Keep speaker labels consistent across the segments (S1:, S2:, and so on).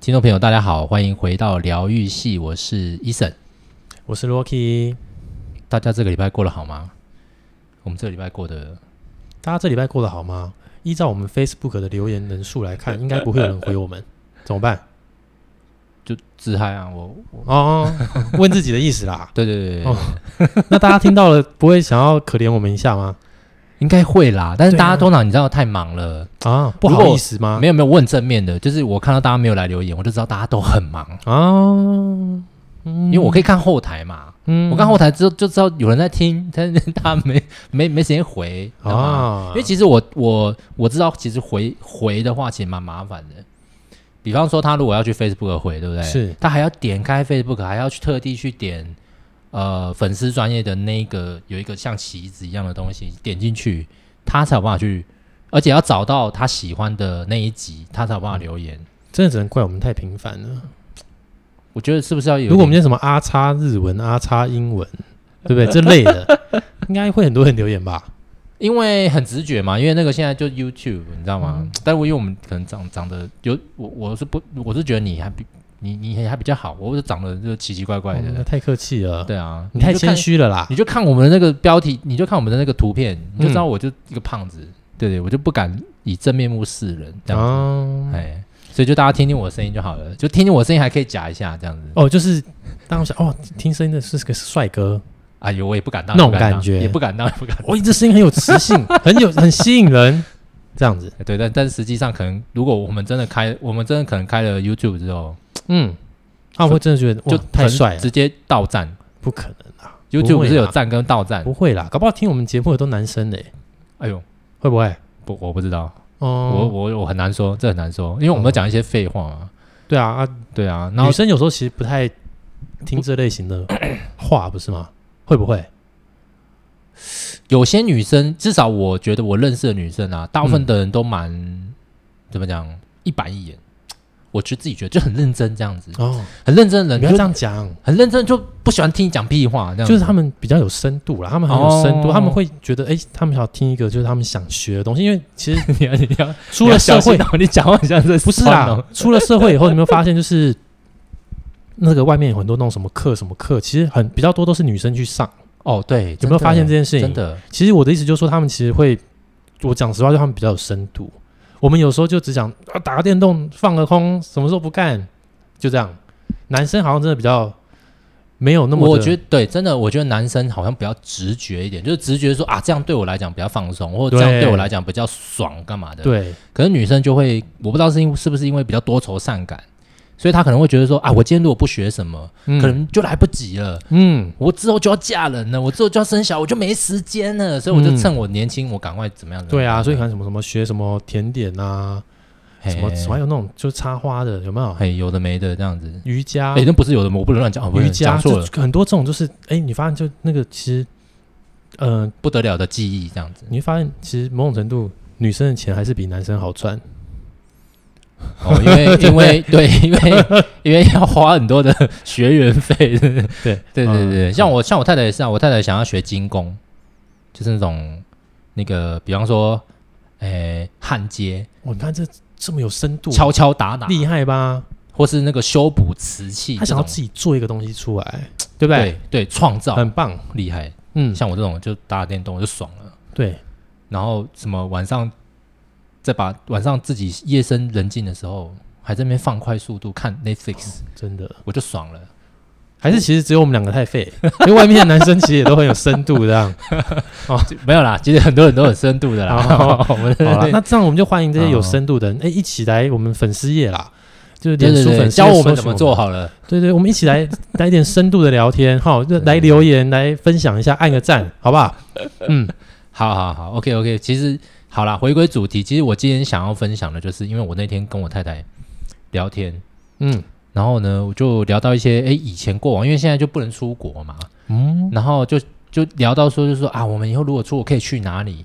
S1: 听众朋友，大家好，欢迎回到疗愈系，我是 Eason。
S2: 我是 Rocky。
S1: 大家这个礼拜过得好吗？我们这个礼拜过得
S2: 大家这礼拜过得好吗？依照我们 Facebook 的留言人数 来看，应该不会有人回我们，怎么办？
S1: 就自嗨啊！我我
S2: 哦，问自己的意思啦。
S1: 对对对对，
S2: 哦那大家听到了，不会想要可怜我们一下吗？
S1: 应该会啦。但是
S2: 对啊
S1: 大家通常你知道太忙了，
S2: 啊，不好意思吗？
S1: 没有没有问正面的，就是我看到大家没有来留言，我就知道大家都很忙，
S2: 啊，
S1: 因为我可以看后台嘛。
S2: 嗯
S1: 我看后台之后就知道有人在听，但是大家没没没时间回啊。
S2: 啊
S1: 因，为其实我我我知道，其实回回的话其实蛮麻烦的。比方说，他如果要去 Facebook 回，对不对？
S2: 是
S1: 他还要点开 Facebook，还要去特地去点呃粉丝专业的那个有一个像旗子一样的东西，点进去，他才有办法去，而且要找到他喜欢的那一集，他才有办法留言。
S2: 真的只能怪我们太频繁了。
S1: 我觉得是不是要有？
S2: 如果我们那什么阿叉日文、阿叉英文，对不对？这类的，应该会很多人留言吧？
S1: 因为很直觉嘛，因为那个现在就 YouTube，你知道吗？
S2: 嗯
S1: 但我因为我们可能长长得有我我是不我是觉得你还比你你还比较好，我是长得就奇奇怪怪的，
S2: 哦那太客气了，
S1: 对啊，
S2: 你太
S1: 就看
S2: 谦，虚了啦。
S1: 你就看我们的那个标题，你就看我们的那个图片，你就知道我就一个胖子，对对，我就不敢以真面目示人这样子，
S2: 啊，
S1: 哎，所以就大家听听我的声音就好了，就听听我的声音还可以假一下这样子，
S2: 哦，就是当我想哦，听声音的是个帅哥，
S1: 哎呦，我也不敢当
S2: 那
S1: 也
S2: 种
S1: 不敢当
S2: 感觉
S1: 也不敢当，也不敢当。
S2: 哦，这声音很有磁性， 很有很吸引人，这样子，
S1: 对，但但实际上可能，如果我们真的开，我们真的可能开了 YouTube 之后，
S2: 嗯，啊，我会真的觉得
S1: 就
S2: 就太
S1: 很
S2: 帅了，
S1: 直接到站。
S2: 不可能啊，
S1: YouTube
S2: 不
S1: 不
S2: 会
S1: 是有
S2: 啦
S1: 站跟到站？
S2: 不会啦，搞不好听我们节目的都男生嘞，
S1: 哎呦，
S2: 会不会？
S1: 不，我不知道，我
S2: 哦，
S1: 我我很难说，这很难说，因为我们都讲一些废话嘛。
S2: 对啊，啊，
S1: 对啊，然后
S2: 女生有时候其实不太听这类型 的话，不是吗？会不会？
S1: 有些女生，至少我觉得我认识的女生
S2: 嗯
S1: 啊，大部分的人都蛮、怎么讲一板一眼。我觉得自己觉得就很认真这样子，
S2: 哦，
S1: 很认真的
S2: 你
S1: 人
S2: 不要
S1: 就
S2: 这样讲，
S1: 很认真，就不喜欢听你讲屁话这样子。
S2: 就是他们比较有深度啦，他们很有深度，
S1: 哦
S2: 他们会觉得，哎，他们想要听一个就是他们想学的东西，因为 其实
S1: 你要你要哦
S2: 出了社会，，
S1: 你讲话很像这
S2: 不是
S1: 啊，
S2: 啦，出了社会以后，你有没有发现，就是 那个外面有很多那种什么课什么课，其实很比较多都是女生去上。
S1: 哦，对，
S2: 有没有发现这件事
S1: 真
S2: 情？
S1: 的真的
S2: 其实我的意思就是说，他们其实会，我讲实话，就他们比较有深度。我们有时候就只讲啊，打个电动，放个空，什么时候不干，就这样。男生好像真的比较没有那么的，
S1: 我觉得对，真的，我觉得男生好像比较直觉一点，就是直觉说啊，这样对我来讲比较放松，或者这样
S2: 对
S1: 对我来讲比较爽，干嘛的？。
S2: 对，
S1: 可是女生就会，我不知道是因是不是因为比较多愁善感，所以她可能会觉得说啊，我今天如果不学什么，
S2: 嗯
S1: 可能就来不及了。
S2: 嗯，
S1: 我之后就要嫁人了，我之后就要生小孩，我就没时间了，所以我就
S2: 嗯
S1: 趁我年轻，我赶快怎么样？
S2: 对啊，所以可能什么什么学什么甜点啊，
S1: 嘿
S2: 什么什么还有那种就是插花的，有没有？
S1: 嘿有的没的这样子，
S2: 瑜伽，
S1: 哎，那不是有的吗，我不能乱讲，哦不能
S2: 啊瑜伽
S1: 讲错了，
S2: 就很多这种就是，哎、你发现就那个其实，呃，
S1: 不得了的记忆这样子。
S2: 你会发现其实某种程度，女生的钱还是比男生好赚。
S1: 哦，因 为因为对，因为因为要花很多的 学员费。 对
S2: 对
S1: 对对
S2: 嗯
S1: 对，像我像我太太也是啊，我太太想要学精工，就是那种那个，比方说，诶，焊接、
S2: 哇，你看这这么有深度，
S1: 敲敲打打，
S2: 厉害吧？
S1: 或是那个修补瓷器
S2: 他
S1: 这
S2: 想
S1: 种，
S2: 要自己做一个东西出来，对不对？
S1: 对对创造
S2: 很棒，
S1: 厉害。
S2: 嗯，
S1: 像我这种就打电动我就爽了，
S2: 对，
S1: 然后什么晚上再把晚上自己夜深人静的时候，还在那边放快速度看 Netflix，
S2: 真的。
S1: 我就爽了。
S2: 还是其实只有我们两个 太废，因为外面的男生其实也都很有深度，这样。
S1: 没有啦，其实很多人都有深度的啦
S2: 好。
S1: 我们
S2: 哦好了，那这样我们就欢迎这些有
S1: 哦
S2: 深度的人，哎、一起来我们粉丝页啦，就是
S1: 对
S2: 脸
S1: 对
S2: 书
S1: 对，
S2: 粉丝
S1: 教
S2: 页
S1: 我们
S2: 搜
S1: 怎
S2: 寻
S1: 么做好了。
S2: 对对，我们一 起来来一点深度的聊天，好，就来留言来分享一下，按个赞，好不好？嗯，
S1: 好好好，OK OK。其实好啦，回归主题，其实我今天想要分享的就是，因为我那天跟我太太聊天，
S2: 嗯
S1: 然后呢，我就聊到一些哎以前过往，因为现在就不能出国嘛，
S2: 嗯，
S1: 然后就就聊到说，就说啊，我们以后如果出国可以去哪里？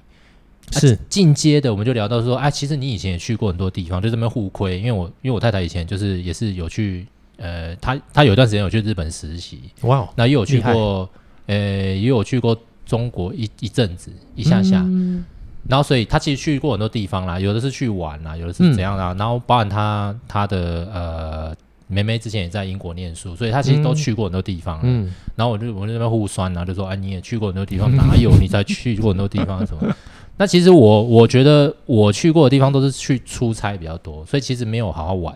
S1: 啊
S2: 是
S1: 进阶的，我们就聊到说，啊，其实你以前也去过很多地方，就这边互亏，因为我因为我太太以前就是也是有去，呃，她她有一段时间有去日本实习，
S2: 哇哦，
S1: 那也有去
S2: 厉害
S1: 过，呃，也有去过中国一一阵子，一下下。
S2: 嗯
S1: 然后，所以他其
S2: 嗯
S1: 实去过很多地方啦，有的是去玩啦，有的是怎样啦。然后，包含他他的呃梅梅之前也在英国念书，所以她其实都
S2: 嗯
S1: 去过很多地方了。
S2: 嗯，
S1: 然后我就我就在那边互酸啊，就说啊你也去过很多地方，哪有你才去过很多地方什么？ 那其实我我觉得我去过的地方都是去出差比较多，所以其实没有好好玩。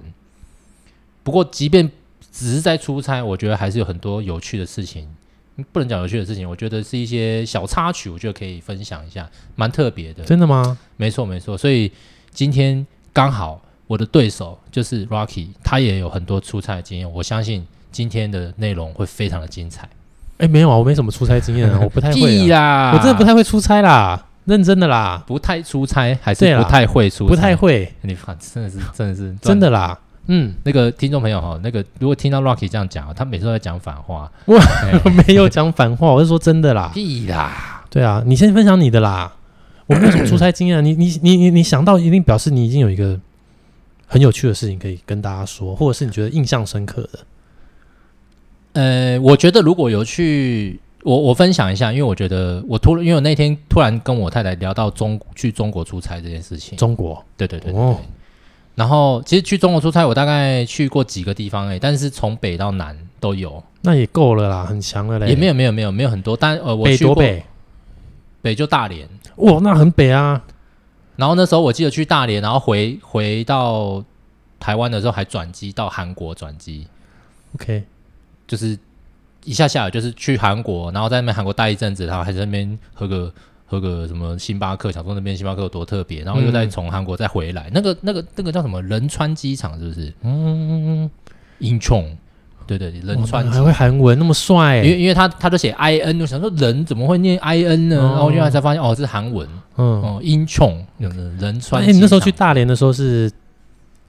S1: 不过即便只是在出差，我觉得还是有很多有趣的事情，嗯不能讲有趣的事情，我觉得是一些小插曲，我觉得可以分享一下，蛮特别的。
S2: 真的吗？
S1: 没错没错，所以今天刚好我的对手就是 Rocky，他也有很多出差的经验，我相信今天的内容会非常的精彩。
S2: 哎，没有啊，我没什么出差经验 啊，我不太
S1: 屁
S2: 会
S1: 啦，
S2: 啊，我真的不太会出差啦，认真的啦，
S1: 不太出差，还
S2: 对
S1: 是
S2: 啦
S1: 不太会出差，
S2: 不太。会，
S1: 你看，真的是真的是
S2: 真的啦， 嗯，
S1: 那个听众朋友哈，那个如果听到 Rocky 这样讲，他每次都在讲反话，
S2: 没有讲反话，我是说真的 啦，
S1: 屁啦，
S2: 对啊，你先分享你的啦，我没有什么出差经验啊，你你你你你想到一定表示你已经有一个很有趣的事情可以跟大家说，或者是你觉得印象深刻的，
S1: 呃，我觉得如果有去，我我分享一下，因为我觉得我突然，因为我那天突然跟我太太聊到中去中国出差这件事情，
S2: 中国
S1: 对对对对对。
S2: 哦
S1: 然后其实去中国出差，我大概去过几个地方哎、但是从北到南都有，
S2: 那也够了啦，很强了嘞，
S1: 也没有没有没有没有很多，但呃我
S2: 北
S1: 去
S2: 多
S1: 过
S2: 北，
S1: 北就大连，
S2: 哇，那很北啊，
S1: 然后那时候我记得去大连，然后回回到台湾的时候还转机到韩国转机，
S2: OK，
S1: 就是一下下来就是去韩国，然后在那边韩国待一阵子，然后还在那边喝个喝个什么星巴克，想说那边星巴克有多特别，然后又再从韩国再回来，那个那个那个叫什么仁川机场是不是？
S2: 嗯，
S1: 英冲，对对，仁
S2: 哇
S1: 川机
S2: 啊还会韩文，那么帅、
S1: 因为因为他他就写 I N，我想说人怎么会念 I N 呢？
S2: 哦
S1: 然后原来才发现哦是韩文
S2: 嗯，
S1: 哦，英冲，仁
S2: 哎、
S1: 川。
S2: 你那时候去大连的时候是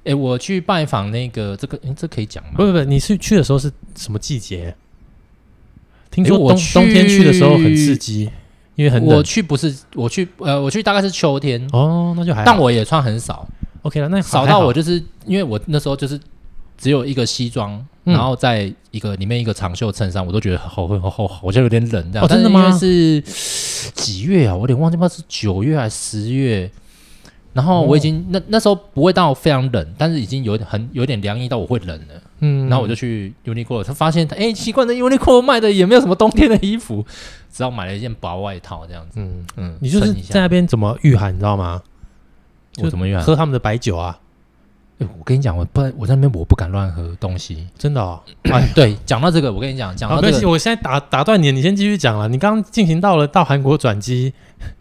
S1: 哎、我去拜访那个这个，诶这可以讲吗
S2: 不？不不，你是去的时候是什么季节？听
S1: 诶
S2: 说
S1: 哎我
S2: 冬、冬天去的时候很
S1: 去
S2: 刺激，因为很
S1: 我
S2: 冷。
S1: 去不是我去呃，我去大概是秋天，
S2: 哦，那就还好
S1: 但我也穿很少，
S2: OK 了，那好
S1: 少
S2: 还
S1: 到
S2: 好
S1: 我就是因为我那时候就是只有一个西装，
S2: 嗯
S1: 然后在一个里面一个长袖衬衫，我都觉得好好好好像有点冷这样。
S2: 哦真的吗
S1: 但是因为是几月啊？我有点忘记，不知道是九月还是十月。然后我已经、
S2: 哦
S1: 那那时候不会到非常冷，但是已经有点很有点凉意到我会冷了。
S2: 嗯，
S1: 然后我就去 Uniqlo，他发现哎、诶奇怪，那 Uniqlo 卖的也没有什么冬天的衣服，只好买了一件薄外套这样子。
S2: 嗯，
S1: 嗯，
S2: 你就是
S1: 撑一下
S2: 在那边怎么御寒，你知道吗？
S1: 我怎么越、
S2: 喝他们的白酒啊，
S1: 诶我跟你讲，我不然我在那边我不敢乱喝东西。
S2: 真的哦。
S1: 哎， 对，讲到这个，我跟你讲，讲
S2: 好
S1: 到
S2: 没
S1: 这
S2: 关系，
S1: 个，
S2: 我现在打打断你，你先继续讲了。你刚刚进行到了到韩国转机，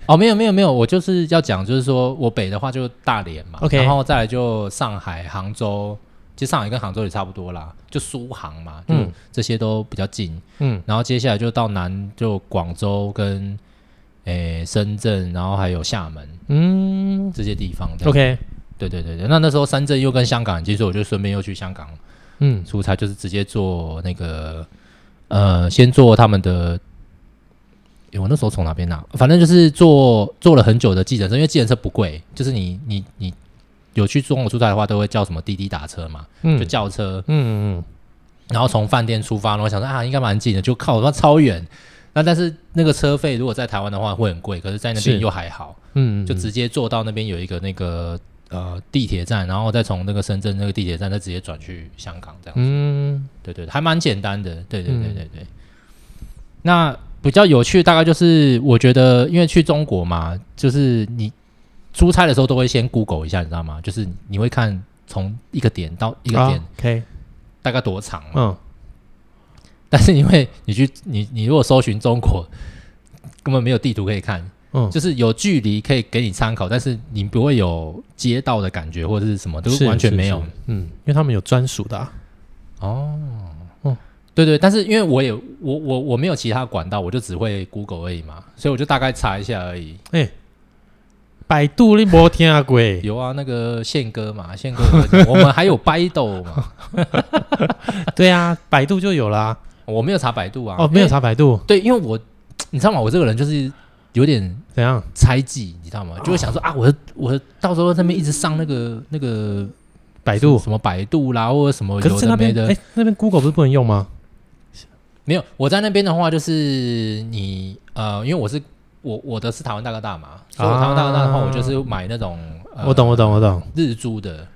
S1: 哦，没有没有没有，我就是要讲，就是说我北的话就大连嘛
S2: OK
S1: 然后再来就上海、杭州，其实上海跟杭州也差不多啦，就苏杭嘛，就
S2: 嗯
S1: 这些都比较近。
S2: 嗯，
S1: 然后接下来就到南，就广州跟诶、深圳，然后还有厦门
S2: 嗯
S1: 这些地方。这样
S2: ，OK，
S1: 对对对对，那那时候深圳又跟香港很近，所以我就顺便又去香港
S2: 嗯
S1: 出差，就是直接坐那个呃，先坐他们的。诶我那时候从哪边拿？啊反正就是坐坐了很久的计程车，因为计程车不贵，就是你你你有去中国出差的话，都会叫什么滴滴打车嘛，
S2: 嗯
S1: 就叫车，
S2: 嗯嗯
S1: 然后从饭店出发，然后想说啊，应该蛮近的，就靠我妈超远。那但是那个车费如果在台湾的话会很贵，可是在那边
S2: 是
S1: 又还好。
S2: 嗯，
S1: 就直接坐到那边有一个那个呃地铁站，然后再从那个深圳那个地铁站再直接转去香港这样。
S2: 嗯
S1: 对对，还蛮简单的。对对对
S2: 嗯
S1: 对对。那比较有趣，大概就是我觉得，因为去中国嘛，就是你出差的时候都会先 Google 一下，你知道吗？就是你会看从一个点到一个点、
S2: 啊 OK，
S1: 大概多长嘛。
S2: 嗯，
S1: 但是因为你去你你如果搜寻中国，根本没有地图可以看，
S2: 嗯
S1: 就是有距离可以给你参考，但是你不会有街道的感觉或者是什么，都
S2: 是
S1: 完全没有。，
S2: 是是嗯，因为他们有专属的啊，
S1: 哦，
S2: 哦
S1: 对对，但是因为我也我我我没有其他管道，我就只会 Google 而已嘛，所以我就大概查一下而已。
S2: 百度你没听过，有
S1: 有啊，那个宪哥嘛，宪哥有讲，我们还有 Baidu 嘛，
S2: 对啊，百度就有啦。
S1: 我没有查百度啊。
S2: 哦，没
S1: 因
S2: 有
S1: 为
S2: 查百度，
S1: 对，因为我你知道吗？我这个人就是有点
S2: 怎样？
S1: 猜忌，你知道吗？就会想说啊，我的我的到时候那边一直上那个那个
S2: 百度，
S1: 什么百度啦，或者什么
S2: 可是
S1: 有
S2: 在
S1: 的
S2: 那
S1: 没
S2: 边
S1: 的，
S2: 哎，那边 Google 不是不能用吗？
S1: 没有，我在那边的话就是你呃，因为我是我我的是台湾大哥大嘛，所以我台湾大哥大的话，
S2: 啊
S1: 我就是买那种、呃、
S2: 我懂，我懂，我懂。
S1: 日租的，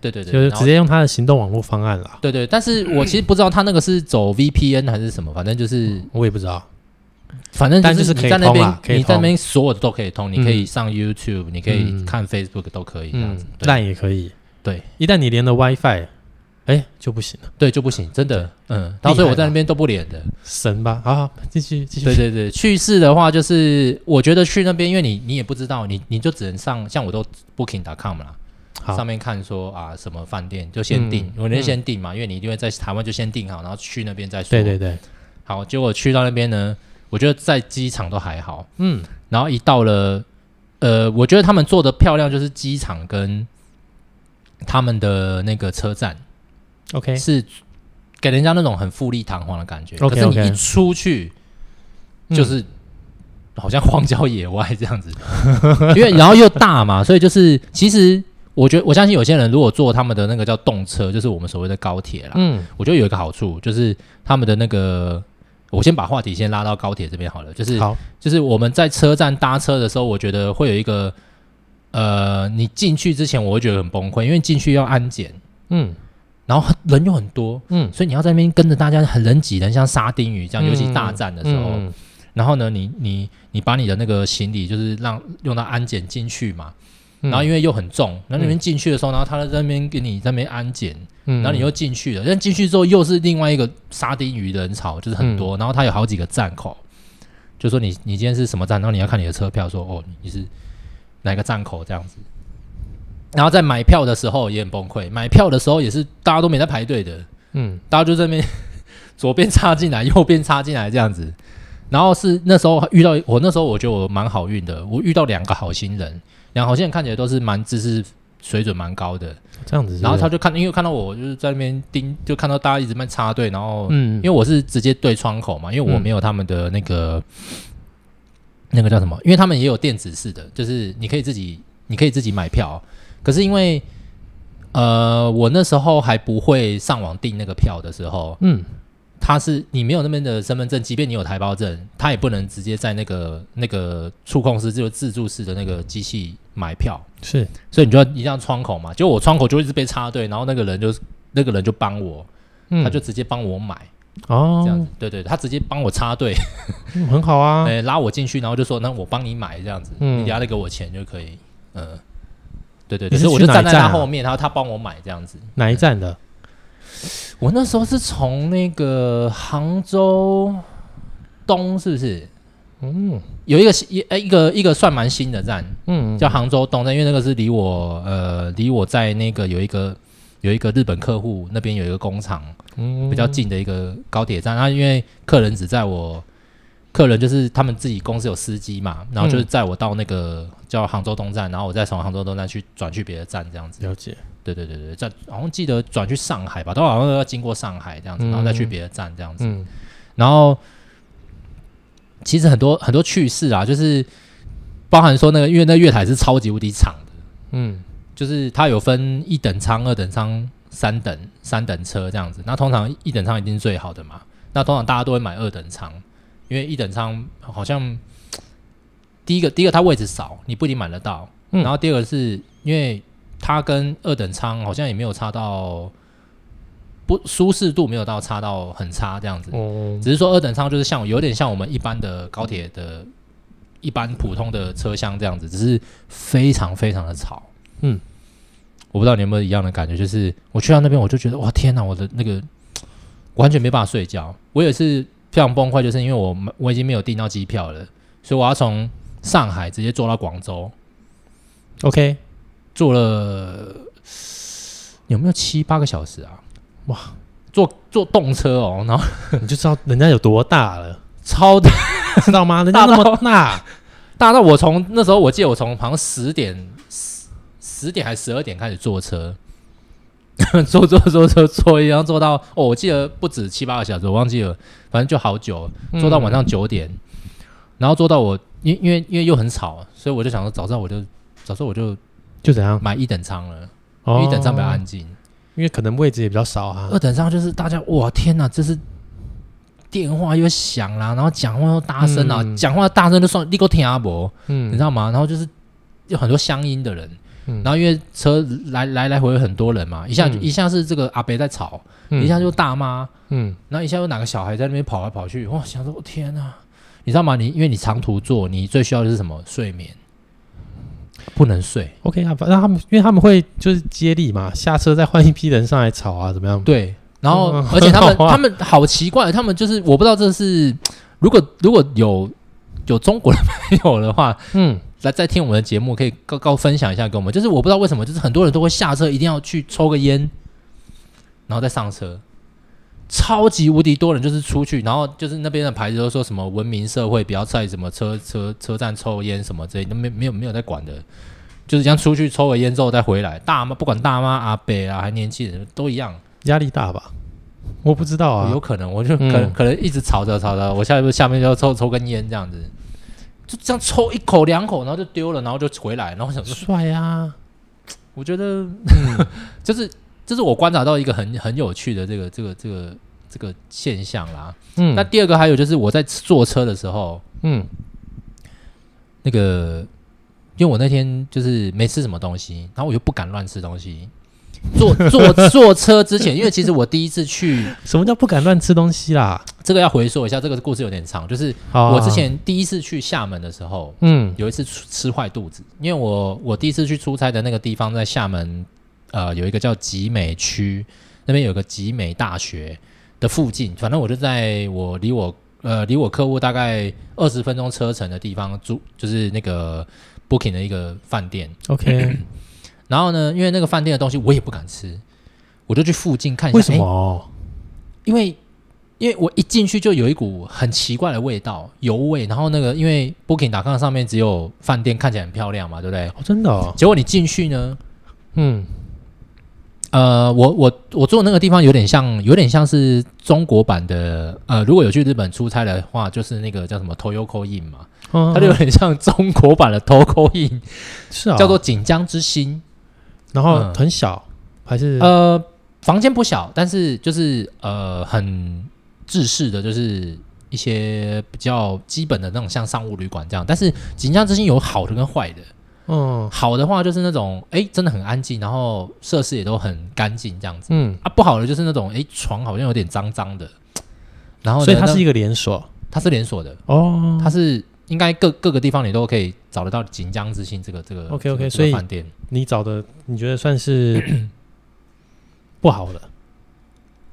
S1: 对对
S2: 就
S1: 对，
S2: 是
S1: 然
S2: 直
S1: 后
S2: 接用他的行动网络方案啦。
S1: 对对，但是我其实不知道他那个是走 VPN 还是什么，反正就是
S2: 我也不知道，
S1: 反正
S2: 嗯但
S1: 就
S2: 就是可
S1: 你
S2: 以
S1: 在那
S2: 通
S1: 边
S2: 啦，可以
S1: 你在那
S2: 通
S1: 边所有的都可以通，你可以上 YouTube，你可以
S2: 嗯
S1: 看 Facebook 都可以这样
S2: 嗯
S1: 子。，对
S2: 烂也可以。
S1: 对，
S2: 一旦你连了 WiFi，哎，就不行了，
S1: 对就不行，真的，嗯，
S2: 害
S1: 到所以我
S2: 吧
S1: 在那边都不连的。
S2: 神吧？好好，继续继续。
S1: 对对对，去世的话就是我觉得去那边，因为你你也不知道，你你就只能上，像我都 Booking.com 啦，
S2: 好
S1: 上面看说啊什么饭店就先订，
S2: 嗯
S1: 我那先订嘛，因为你一定会在台湾就先订好，然后去那边再说。
S2: 对对对，
S1: 好，结果去到那边呢，我觉得在机场都还好，
S2: 嗯，
S1: 然后一到了，呃，我觉得他们做的漂亮就是机场跟他们的那个车站
S2: OK，
S1: 是给人家那种很富丽堂皇的感觉。可
S2: 哎 OK，
S1: 是你
S2: OK 嗯
S1: 一出去，就是好像荒郊野外这样 子，因为然后又大嘛，所以就是其实我觉得我相信有些人如果坐他们的那个叫动车，就是我们所谓的高铁啦，
S2: 嗯，
S1: 我觉得有一个好处就是他们的那个。我先把话题先拉到高铁这边好了，就是
S2: 嗯好，
S1: 就是我们在车站搭车的时候，我觉得会有一个，呃，你进去之前我会觉得很崩溃，因为进去要安检，
S2: 嗯
S1: 然后人又很多，
S2: 嗯，
S1: 所以你要在那边跟着大家很人挤人，像沙丁鱼这样，尤其大战的时候。
S2: 嗯
S1: 然后呢，你你你把你的那个行李就是让用到安检进去嘛，
S2: 嗯
S1: 然后因为又很重，然后你们进去的时候，然后他在那边给你在那边安检，
S2: 嗯
S1: 然后你又进去了，但进去之后又是另外一个沙丁鱼人潮，就是
S2: 嗯
S1: 很多，然后它有好几个站口，就说你你今天是什么站，然后你要看你的车票，说哦你是哪个站口这样子，然后在买票的时候也很崩溃，买票的时候也是大家都没在排队的，
S2: 嗯
S1: 大家就这边 左边插进来，右边插进来这样子，然后是那时候遇到我那时候我觉得我蛮好运的，我遇到两个好心人，两个好心人看起来都是蛮知识水准蛮高的。
S2: 这样子是不是，
S1: 然后他就看，因为看到我就是在那边盯，就看到大家一直在插队，然后、
S2: 嗯，
S1: 因为我是直接对窗口嘛，因为我没有他们的那个、那个叫什么，因为他们也有电子式的，就是你可以自己你可以自己买票，可是因为呃我那时候还不会上网订那个票的时候，
S2: 嗯
S1: 他是你没有那边的身份证，即便你有台胞证，他也不能直接在那个那个触控式就是自助式的那个机器买票。
S2: 是
S1: 所以你就要一样窗口嘛，结果我窗口就一直被插队，然后那个人就那个人就帮我，
S2: 嗯
S1: 他就直接帮我买、
S2: 哦
S1: 这样子，对对，他直接帮我插队，
S2: 嗯很好啊，
S1: 哎、拉我进去，然后就说那我帮你买这样子，
S2: 嗯
S1: 你等下再给我钱就可以，嗯，对对
S2: 你
S1: 对，
S2: 是
S1: 所以我
S2: 去
S1: 就站
S2: 哪一
S1: 在
S2: 站
S1: 他
S2: 啊
S1: 后面，然后他帮我买这样子。
S2: 哪一站的？
S1: 我那时候是从那个杭州东是不是
S2: 嗯
S1: 有一个一哎一个一个算蛮新的站，
S2: 嗯，
S1: 叫杭州东站，因为那个是离我呃离我在那个有一个有一个日本客户那边有一个工厂
S2: 嗯
S1: 比较近的一个高铁站。那、因为客人只在我客人就是他们自己公司有司机嘛，然后
S2: 嗯
S1: 就是载我到那个叫杭州东站，然后我再从杭州东站去转去别的站这样子。
S2: 了解，
S1: 对对对对，在好像记得转去上海吧，都好像要经过上海这样子，
S2: 嗯
S1: 然后再去别的站这样子。
S2: 嗯
S1: 然后其实很多很多趣事啊，就是包含说那个，因为那月台是超级无敌长的，
S2: 嗯
S1: 就是它有分一等舱、二等舱、三等三等车这样子。那通常一等舱一定是最好的嘛，那通常大家都会买二等舱，因为一等舱好像第一个第一个它位置少，你不一定买得到。
S2: 嗯
S1: 然后第二个是因为它跟二等舱好像也没有差到不舒适度没有到差到很差这样子。
S2: 哦，
S1: 只是说二等舱就是像有点像我们一般的高铁的一般普通的车厢这样子，只是非常非常的吵。
S2: 嗯，
S1: 我不知道你有没有一样的感觉，就是我去到那边我就觉得哇天哪，我的那个完全没办法睡觉。我也是非常崩溃，就是因为我我已经没有订到机票了，所以我要从上海直接坐到广州，
S2: OK，
S1: 坐了有没有七八个小时啊？哇，坐坐动车哦，然后
S2: 你就知道人家有多大了，
S1: 超
S2: 知道吗？人家那么大，
S1: 大到我从那时候，我记得我从好像十点十十点还十二点开始坐车， 坐坐坐坐坐，然后坐到哦，我记得不止七八个小时，我忘记了，反正就好久，
S2: 嗯
S1: 坐到晚上九点，然后坐到我因因为因为又很吵，所以我就想说早上我就早上我就
S2: 就怎样？
S1: 买一等舱了，因
S2: 哦
S1: 为一等舱比较安静，
S2: 因为可能位置也比较少啊
S1: 二。等舱就是大家哇天哪，这是。电话又响啦，然后讲话又大声啦，
S2: 嗯
S1: 讲、话大声就算你给我听阿伯，啊
S2: 嗯
S1: 你知道吗？然后就是有很多乡音的人，
S2: 嗯
S1: 然后因为车来来来回回很多人嘛，一下、
S2: 嗯
S1: 一下是这个阿伯在吵，
S2: 嗯
S1: 一下就大妈，
S2: 嗯
S1: 然后一下有哪个小孩在那边跑来跑去，哇，想说我天哪、你知道吗？你因为你长途坐，你最需要的是什么？睡眠，不能睡。
S2: ，OK 啊，反正他们因为他们会就是接力嘛，下车再换一批人上来吵啊，怎么样？
S1: 对，然后、
S2: 嗯
S1: 而且他们
S2: 好啊
S1: 他们好奇怪，他们就是我不知道这是如果如果有有中国的朋友的话，
S2: 嗯，
S1: 来再听我们的节目，可以高高分享一下给我们。就是我不知道为什么，就是很多人都会下车一定要去抽个烟，然后再上车。超级无敌多人，就是出去，然后就是那边的牌子都说什么文明社会，不要在什么车车车站抽烟什么之类的，都没没有没有在管的，就是这样出去抽个烟之后再回来。大妈不管大妈阿伯啊，还年轻人都一样，
S2: 压力大吧？我不知道
S1: 哦有
S2: 啊，
S1: 可能，我就可能、
S2: 嗯
S1: 可能一直吵着吵着，我下一步下面就要抽抽根烟这样子，就这样抽一口两口，然后就丢了，然后就回来，然后我想说，
S2: 帅啊，
S1: 我觉得就是这是我观察到一个很很有趣的这个这个这个这个现象啦。
S2: 嗯，
S1: 那第二个还有就是我在坐车的时候，
S2: 嗯
S1: 那个因为我那天就是没吃什么东西，然后我又不敢乱吃东西。坐坐坐车之前，因为其实我第一次去，
S2: 什么叫不敢乱吃东西啦？
S1: 这个要回溯一下，这个故事有点长，就是
S2: 好啊
S1: 我之前第一次去厦门的时候，
S2: 嗯
S1: 有一次吃吃坏肚子，因为我我第一次去出差的那个地方在厦门，呃，有一个叫集美区，那边有个集美大学的附近，反正我就在我离我呃离我客户大概二十分钟车程的地方住，就是那个 Booking 的一个饭店。
S2: ，OK，
S1: 然后呢，因为那个饭店的东西我也不敢吃，我就去附近看一下。
S2: 为什么
S1: 诶？
S2: 哦？
S1: 因为因为我一进去就有一股很奇怪的味道，油味。然后那个因为 Booking.com 上面只有饭店看起来很漂亮嘛，对不对？
S2: 哦，真的哦，
S1: 结果你进去呢，
S2: 嗯
S1: 呃，我我我住的那个地方有点像，有点像是中国版的，呃，如果有去日本出差的话，就是那个叫什么 Toyoko In 嘛，
S2: 嗯，
S1: 它就有点像中国版的 Toyoko In，、
S2: 是啊，
S1: 叫做锦江之星。
S2: 然后
S1: 嗯
S2: 很小还是
S1: 呃，房间不小，但是就是呃很制式的，就是一些比较基本的那种像商务旅馆这样。但是锦江之星有好的跟坏的，
S2: 嗯
S1: 好的话就是那种哎真的很安静，然后设施也都很干净这样子
S2: 嗯，
S1: 啊。不好的就是那种哎床好像有点脏脏的，然后呢
S2: 所以它
S1: 那
S2: 是一个连锁
S1: 它是连锁的，
S2: 哦，
S1: 它是应该各各个地方你都可以找得到锦江之星这个这个
S2: OK，OK，
S1: 这个
S2: 所以
S1: 这个饭店。
S2: 你找的你觉得算 是不好的，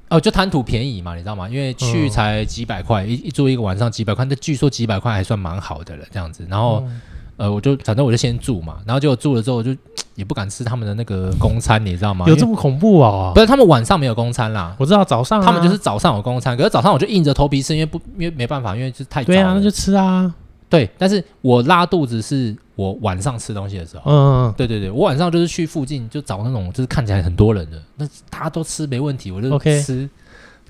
S1: 哦，就贪图便宜嘛，你知道吗？因为去
S2: 嗯
S1: 才几百块，一一住一个晚上几百块，但据说几百块还算蛮好的了，这样子。然后、
S2: 嗯
S1: 呃，我就反正我就先住嘛，然后结果住了之后，我就也不敢吃他们的那个公餐，你知道吗？
S2: 有
S1: 因
S2: 这
S1: 为
S2: 么恐怖哦？
S1: 不是他们晚上没有公餐啦，
S2: 我知道早上啊
S1: 他们就是早上有公餐，可是早上我就硬着头皮吃，因为不因为没办法，因为就是太早
S2: 对
S1: 了。
S2: 啊，那就吃啊，
S1: 对。但是我拉肚子是我晚上吃东西的时候。
S2: 嗯，
S1: 对对对，我晚上就是去附近就找那种就是看起来很多人的，那大家都吃没问题，我就
S2: OK
S1: 吃。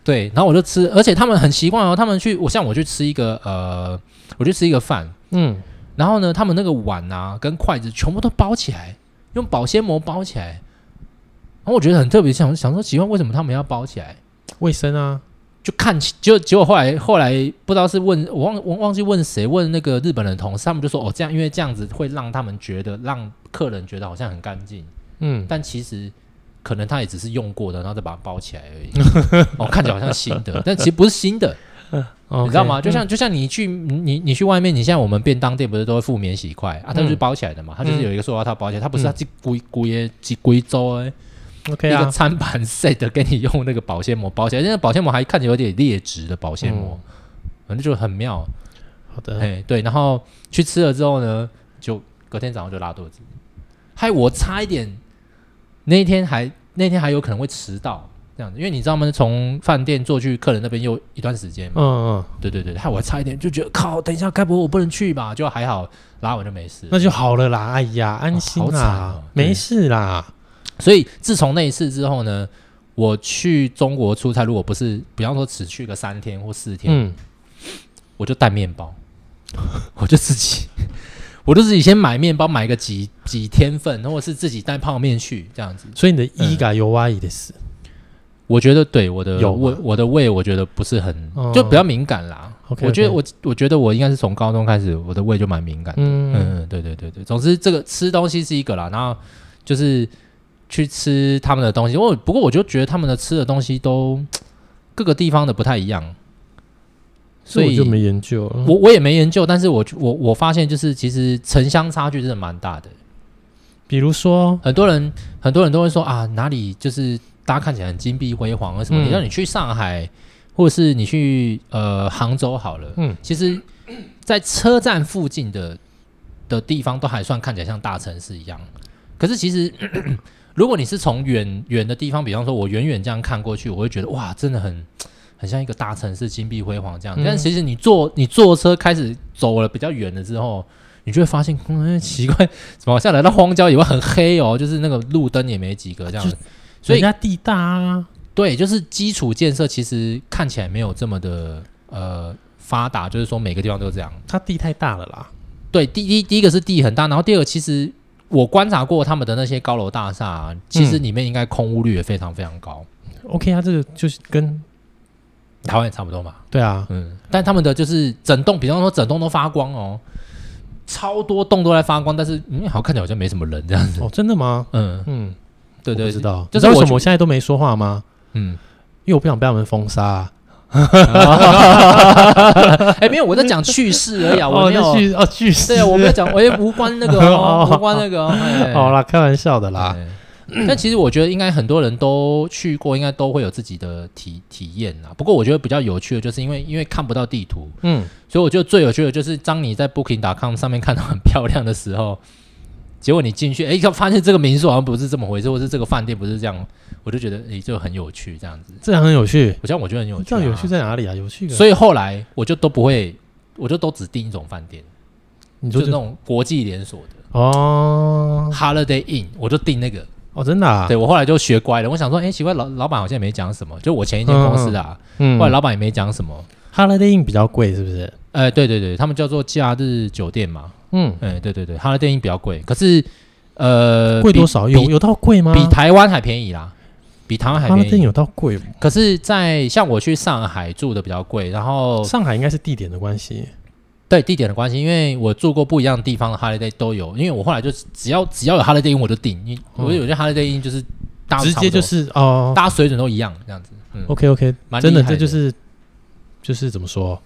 S1: 对，然后我就吃，而且他们很习惯哦，他们去我像我去吃一个呃，我去吃一个饭，
S2: 嗯，
S1: 然后呢，他们那个碗啊跟筷子全部都包起来，用保鲜膜包起来。然后我觉得很特别，想想说奇怪，为什么他们要包起来？
S2: 卫生啊，
S1: 就看起，就结果后来后来不知道是问我忘我忘记问谁问那个日本的同事，他们就说哦这样，因为这样子会让他们觉得让客人觉得好像很干净。
S2: 嗯，
S1: 但其实可能它也只是用过的，然后再把它包起来而已。 哦，看起来好像新的，但其实不是新的，
S2: 你
S1: 你知道吗？
S2: 嗯
S1: 就像就像你去你你去外面，你现在我们便当店不是都会附免洗筷啊？它就是
S2: 嗯
S1: 包起来的嘛，它就是有一个塑料套包起来，它不是
S2: 嗯
S1: 它是规规耶几规周哎，
S2: OK
S1: 一个
S2: 啊，
S1: 餐盘 set 给你用那个保鲜膜包起来，那个保鲜膜还看起来有点劣质的保鲜膜，
S2: 嗯
S1: 反正就很妙。
S2: 好的，
S1: 哎，对，然后去吃了之后呢，就隔天早上就拉肚子，害我差一点那一天还那天还有可能会迟到这样子，因为你知道吗？从饭店坐去客人那边又一段时间嘛，
S2: 嗯嗯，
S1: 对对对，害我差一点就觉得靠，等一下该不会我不能去吧？就还好拉完就没事了，
S2: 那就好了啦，哎呀，安心
S1: 好惨
S2: 啦
S1: 哦，对
S2: 没事啦，
S1: 所以自从那一次之后呢，我去中国出差，如果不是比方说只去个三天或四天，
S2: 嗯，
S1: 我就带面包， 我就自己， 我就自己先买面包，买个几几天份，或者是自己带泡面去这样子。
S2: 所以你的
S1: 嗯
S2: 一嘎有啊哇伊的事，
S1: 我觉得对我的
S2: 有吗
S1: 胃，我的胃，我觉得不是很，
S2: 哦
S1: 就比较敏感啦。
S2: OK，
S1: 我觉得
S2: OK
S1: 我我觉得我应该是从高中开始，我的胃就蛮敏感的。
S2: 嗯
S1: 嗯嗯，对对对对，总之这个吃东西是一个啦，然后就是去吃他们的东西。我不过我就觉得他们的吃的东西都各个地方的不太一样，所
S2: 所以
S1: 以
S2: 我就没研究了。
S1: 我我也没研究，但是我我我发现就是其实城乡差距真的蛮大的。
S2: 比如说，
S1: 很多人很多人都会说啊，哪里就是大家看起来很金碧辉煌啊什么。
S2: 嗯
S1: 你让你去上海，或者是你去呃杭州好了，
S2: 嗯
S1: 其实，在车站附近的的地方都还算看起来像大城市一样。可是其实， 如果你是从远远的地方，比方说我远远这样看过去，我会觉得哇，真的很很像一个大城市金碧辉煌这样。
S2: 嗯
S1: 但其实你坐你坐车开始走了比较远了之后，你就会发现，嗯，奇怪，怎么好像来到荒郊野外很黑哦，就是那个路灯也没几个这样
S2: 就
S1: 子。所以
S2: 人家地大啊，
S1: 对，就是基础建设其实看起来没有这么的呃发达，就是说每个地方都这样。
S2: 它地太大了啦。
S1: 对，第一第一个是地很大，然后第二个其实我观察过他们的那些高楼大厦啊、其
S2: 嗯
S1: 实里面应该空屋率也非常非常高，
S2: OK 啊，这个就是跟
S1: 台湾也差不多嘛。
S2: 对啊，
S1: 嗯，但他们的就是整栋，比方说整栋都发光哦，超多栋都在发光，但是嗯，好像看起来好像没什么人这样子。
S2: 哦，真的吗？
S1: 嗯，
S2: 嗯，
S1: 对
S2: 我
S1: 对
S2: 不知，道，
S1: 就
S2: 你
S1: 是
S2: 知道为
S1: 我
S2: 什
S1: 觉
S2: 么我现在都没说话吗？
S1: 嗯，
S2: 因为我不想被他们封杀啊。
S1: 哎，没有，我在讲趣事而已啊，我没
S2: 哦
S1: 有
S2: 那，去哦去世
S1: 对啊，我没有讲，我也无关那个哦，
S2: 哦
S1: 无关那个哦，哎
S2: 好啦，开玩笑的啦。
S1: 对。但其实我觉得应该很多人都去过，应该都会有自己的体体验啊啦。不过我觉得比较有趣的就是因为因为看不到地图，
S2: 嗯，
S1: 所以我觉得最有趣的就是当你在 Booking.com 上面看到很漂亮的时候，结果你进去，哎，就发现这个民宿好像不是这么回事，或是这个饭店不是这样，我就觉得诶就很有趣这样子。
S2: 这样很有趣。
S1: 我像我觉得很有趣、
S2: 这
S1: 啊，
S2: 样有趣在哪里啊？有趣的，
S1: 所以后来我就都不会，我就都只订一种饭店，
S2: 你
S1: 就
S2: 说
S1: 是那
S2: 就
S1: 种国际连锁的
S2: 哦
S1: Holiday Inn，我就订那个。
S2: 哦，真的啊，
S1: 对我后来就学乖了，我想说，哎、奇怪，老老板好像也没讲什么，就我前一间公司的、啊，
S2: 嗯
S1: 后来老板也没讲什么。
S2: ，Holiday Inn 比较贵是不是？
S1: 呃，对对对，他们叫做假日酒店嘛，
S2: 嗯，
S1: 哎、对对对，他的电影比较贵，可是呃，
S2: 贵多
S1: 比
S2: 少？啊有有到贵吗？
S1: 比台湾还便宜啦，比台湾还
S2: Holiday
S1: 便
S2: Inn
S1: 宜。
S2: 有到贵吗？
S1: 可是在，像我去上海住的比较贵，然后
S2: 上海应该是地点的关系。
S1: 对地点的关系，因为我住过不一样的地方的 holiday 都有，因为我后来就只要只要有 holiday 我就订，因为我有些 holiday 就是大
S2: 直接就
S1: 差
S2: 是
S1: 不多
S2: 哦
S1: 大家水准都一样这样子，嗯，
S2: ，OK OK，
S1: 蛮厉害
S2: 真
S1: 的
S2: 的这就是就是怎么说，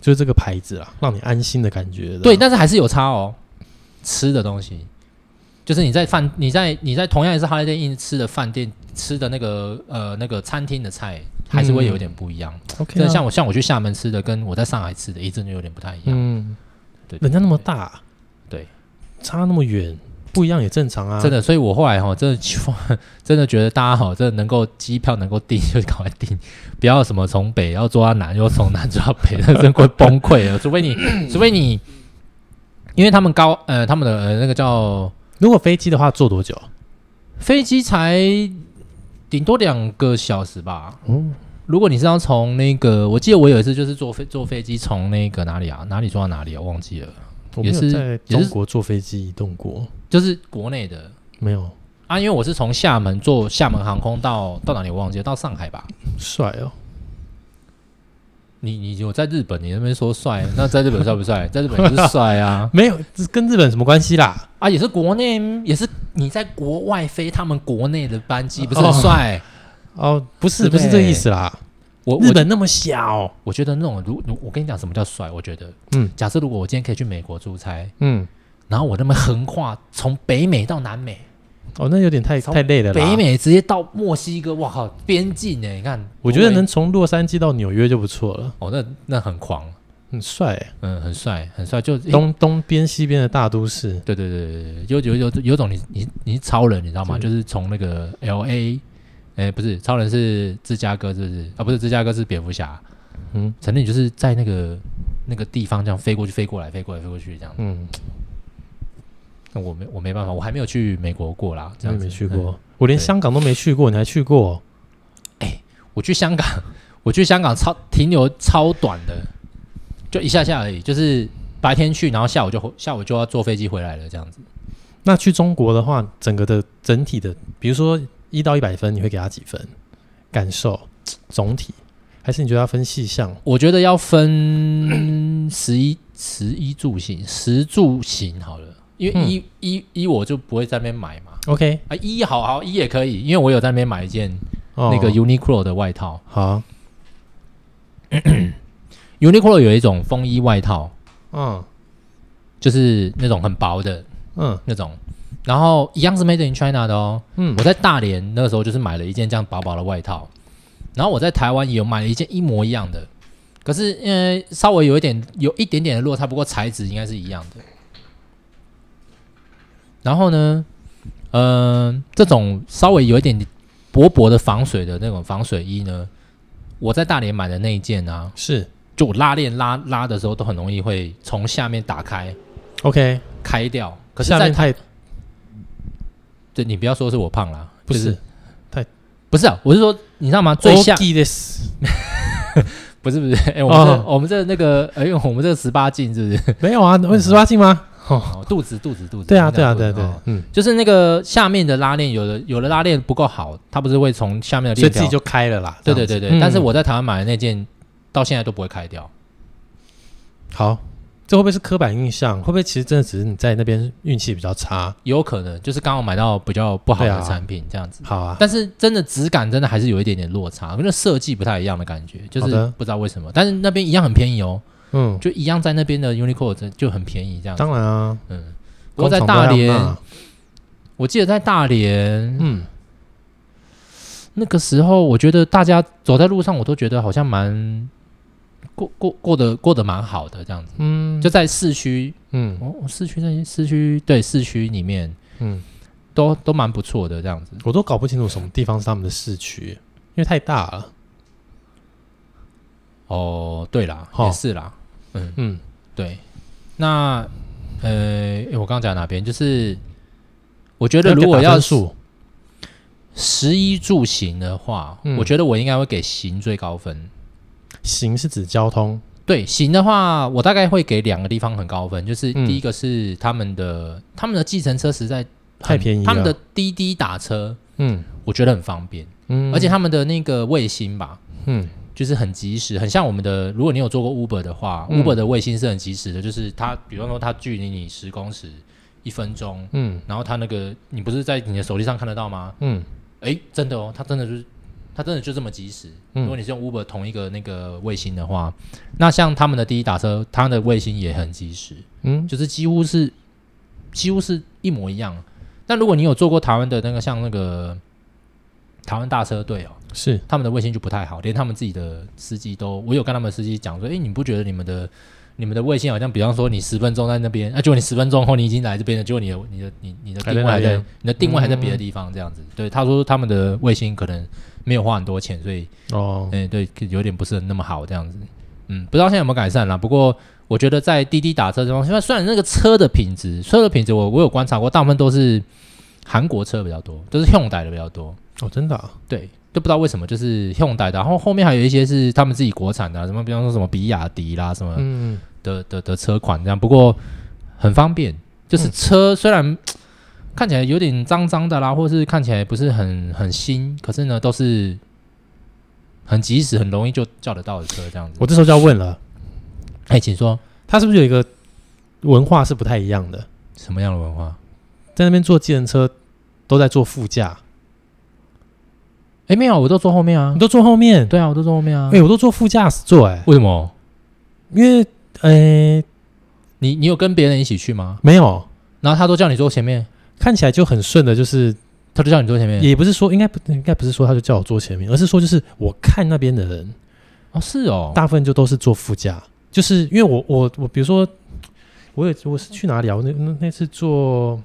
S2: 就是这个牌子啊，让你安心的感觉。
S1: 对，，但是还是有差哦。吃的东西，就是你在饭，你在你在同样也是 Holiday Inn 吃的饭店吃的那个呃那个餐厅的菜，还是会有一点不一样。
S2: OK，
S1: 真的
S2: 啊
S1: 像我像我去厦门吃的，跟我在上海吃的，一真的有点不太一样。
S2: 嗯，
S1: 对，对
S2: 人家那么
S1: 对
S2: 大，啊
S1: 对，
S2: 差那么远，不一样也正常啊。
S1: 真的，所以我后来哈，真的 去真的觉得大家好，真的能够机票能够订就赶快订，不要什么从北要坐到南，又从南坐到北，那真的会崩溃啊了。除非你，除非你，因为他们高呃他们的、呃、那个叫
S2: 如果飞机的话，坐多久？
S1: 飞机才顶多两个小时吧。
S2: 哦
S1: 如果你是要从那个，我记得我有一次就是坐飞坐飞机从那个哪里啊，哪里坐到哪里啊，忘记了，
S2: 我没
S1: 也
S2: 有
S1: 是
S2: 在
S1: 也是
S2: 中国坐飞机移动过，
S1: 就是国内的
S2: 没有，
S1: 啊，因为我是从厦门坐厦门航空到到哪里我忘记了，到上海吧。
S2: 帅哦。
S1: 你你有在日本，你那边说帅，那在日本帅不 帅？在日本也是帅啊
S2: 没有，这跟日本什么关系啦？
S1: 啊，也是国内，也是你在国外飞他们国内的班机，不是很帅？
S2: 哦，不是，
S1: 对
S2: 不是这个意思啦。
S1: 我我
S2: 哦日本那么小，
S1: 我觉得那种如如我跟你讲什么叫帅，我觉得，
S2: 嗯，
S1: 假设如果我今天可以去美国出差，
S2: 嗯，
S1: 然后我那么横跨从北美到南美，
S2: 哦，那有点太
S1: 从
S2: 太累了啦。
S1: 北，美直接到墨西哥，哇靠，边境呢？你看，
S2: 我觉得
S1: 多
S2: 能从洛杉矶到纽约就不错了，
S1: 美哦，那那很狂，
S2: 很帅欸。
S1: 嗯，很帅，很帅，就诶
S2: 东东边西边的大都市，
S1: 对对对对对，有有有有种你你你是超人，你知道吗？
S2: 是
S1: 就是从那个 L A，哎、不是超人是芝加哥，是不是啊？不是芝加哥是蝙蝠侠，
S2: 嗯
S1: 反正你就是在那个那个地方这样飞过去，飞过来，飞过来，飞过去这样。
S2: 嗯，
S1: 那我没我没办法，我还没有去美国过啦，这样
S2: 我也
S1: 子
S2: 没去
S1: 嗯
S2: 过，我连
S1: 对
S2: 香港都没去过，你还去过？哦
S1: 我去香港， 我去香港超停留超短的，就一下下而已，就是白天去，然后下午就回下午就要坐飞机回来了，这样子。
S2: 那去中国的话，整个的整体的，比如说一到一百分，你会给他几分？感受总体，还是你觉得要分细项？
S1: 我觉得要分十一十一住行，十住行好了，因为一一一我就不会在那边买嘛。
S2: OK，
S1: 啊，一好好一也可以，因为我有在那边买一件
S2: 哦
S1: 那个 Uniqlo 的外套。
S2: 好，
S1: Uniqlo 有一种风衣外套，
S2: 嗯
S1: 就是那种很薄的
S2: 嗯
S1: 那种，然后一样是 Made in China 的哦。
S2: 嗯
S1: 我在大连那个时候就是买了一件这样薄薄的外套，然后我在台湾也有买了一件一模一样的，可是因为稍微有一点有一点点的落差，不过材质应该是一样的。然后呢，嗯、这种稍微有一点薄薄的防水的那种防水衣呢，我在大连买的那一件啊，
S2: 是
S1: 就我拉链拉拉的时候都很容易会从下面打开
S2: OK，
S1: 开掉，可是
S2: 下
S1: 在
S2: 面
S1: 台
S2: 太
S1: 对你不要说是我胖啦，
S2: 不
S1: 就是
S2: 是
S1: 不是啊，我是说你知道吗？最下
S2: OK です
S1: 不是不 是，哎、我们这、
S2: 哦
S1: 我们这那个，哎、我们这个十八禁是不是？
S2: 没有啊？问十八禁吗？哦，
S1: 哦，肚子肚子肚子。
S2: 对啊
S1: 应该
S2: 对啊
S1: 肚
S2: 对啊
S1: 子
S2: 对
S1: 哦
S2: 啊，嗯，
S1: 就是那个下面的拉链，有的有的拉链不够好，它不是会从下面的
S2: 所以
S1: 链
S2: 自
S1: 条。
S2: 己就开了啦。
S1: 对对
S2: 这样
S1: 对
S2: 子嗯
S1: 对，但是我在台湾买的那件到现在都不会开掉。
S2: 好，这会不会是刻板印象？会不会其实真的只是你在那边运气比较差？
S1: 有可能就是刚好买到比较不好
S2: 对啊
S1: 的产品这样子，
S2: 好啊，
S1: 但是真的质感真的还是有一点点落差，跟设计不太一样的感觉，就
S2: 好的
S1: 是不知道为什么。但是那边一样很便宜哦，
S2: 嗯，
S1: 就一样在那边的 Uniqlo 真就很便宜这样子。
S2: 当然啊，
S1: 嗯，不过在
S2: 工厂
S1: 大
S2: 都要
S1: 连，
S2: 骂
S1: 我记得在大连，
S2: 嗯，
S1: 那个时候，我觉得大家走在路上，我都觉得好像蛮过过过得过得蛮好的这样子。
S2: 嗯，
S1: 就在市区，
S2: 嗯
S1: 哦，市区那些市区对市区里面
S2: 嗯，
S1: 都都蛮不错的这样子。
S2: 我都搞不清楚什么地方是他们的市区，因为太大了。
S1: 哦，对啦，
S2: 哦
S1: 也是啦，
S2: 嗯，
S1: 对。那呃，诶我刚刚讲哪边？就是我觉
S2: 觉
S1: 得如果要
S2: 数，
S1: 十一住行的话，
S2: 嗯
S1: 我觉得我应该会给行最高分。
S2: 行是指交通，
S1: 对，行的话，我大概会给两个地方很高分，就是
S2: 嗯
S1: 第一个是他们的、他们的计程车实在很
S2: 太便宜了
S1: 他们的滴滴打车
S2: 嗯
S1: 我觉得很方便，
S2: 嗯，
S1: 而且他们的那个卫星吧，
S2: 嗯
S1: 就是很及时，很像我们的，如果你有做过 Uber 的话、
S2: 嗯
S1: u b e r 的卫星是很及时的，就是它，比方说它距离你十公尺一分钟，
S2: 嗯
S1: 然后它那个你不是在你的手机上看得到吗？
S2: 嗯
S1: 诶，真的哦，它真的就是，它真的就这么及时。
S2: 嗯
S1: 如果你是用 Uber 同一个那个卫星的话，那像他们的第一打车，它的卫星也很及时，
S2: 嗯
S1: 就是几乎是几乎是一模一样。但如果你有做过台湾的那个像那个台湾大车队哦，
S2: 是
S1: 他们的卫星就不太好，连他们自己的司机都，我有跟他们的司机讲说，诶，哎你不觉得你们的你们的卫星好像，比方说你十分钟在那边，啊，结果你十分钟后你已经来这边了，结果你的你的你你的
S2: 还在
S1: 定位
S2: 那
S1: 还在
S2: 边
S1: 你的定位还在别的地方，这样子。对，他说他们的卫星可能没有花很多钱，所以
S2: 哦，
S1: 诶，对，有点不是那么好这样子。嗯，不知道现在有没有改善啦。不过我觉得在滴滴打车这方面，虽然那个车的品质，车的品质我我有观察过，大部分都是韩国车比较多，都是 Hyundai 的比较多。
S2: 哦，真的啊
S1: 对，就不知道为什么就是 Hyundai 的，然后后面还有一些是他们自己国产的啊、什么比方说什么比亚迪啦什么
S2: 嗯，
S1: 的、的的车款这样，不过很方便，就是
S2: 嗯
S1: 车虽然看起来有点脏脏的啦，或是看起来不是很很新，可是呢都是很及时、很容易就叫得到的车这样子。
S2: 我这时候就要问了，
S1: 哎，请说
S2: 他是不是有一个文化是不太一样的？
S1: 什么样的文化？
S2: 在那边坐计程车都在坐副驾，
S1: 哎，没有，我都坐后面啊
S2: 你。都坐后面，
S1: 对啊，我都坐后面啊。
S2: 哎、我都坐副驾驶座、哎，
S1: 为什么？
S2: 因为，哎、
S1: 你你有跟别人一起去吗？
S2: 没有，
S1: 然后他都叫你坐前面，
S2: 看起来就很顺的，就是
S1: 他就叫你坐前面。
S2: 也不是说应该不应该不是说他就叫我坐前面，而是说就是我看那边的人，
S1: 哦，是哦。
S2: 大部分就都是坐副驾，就是因为我我我比如说我有我是去哪里啊？我那那那次坐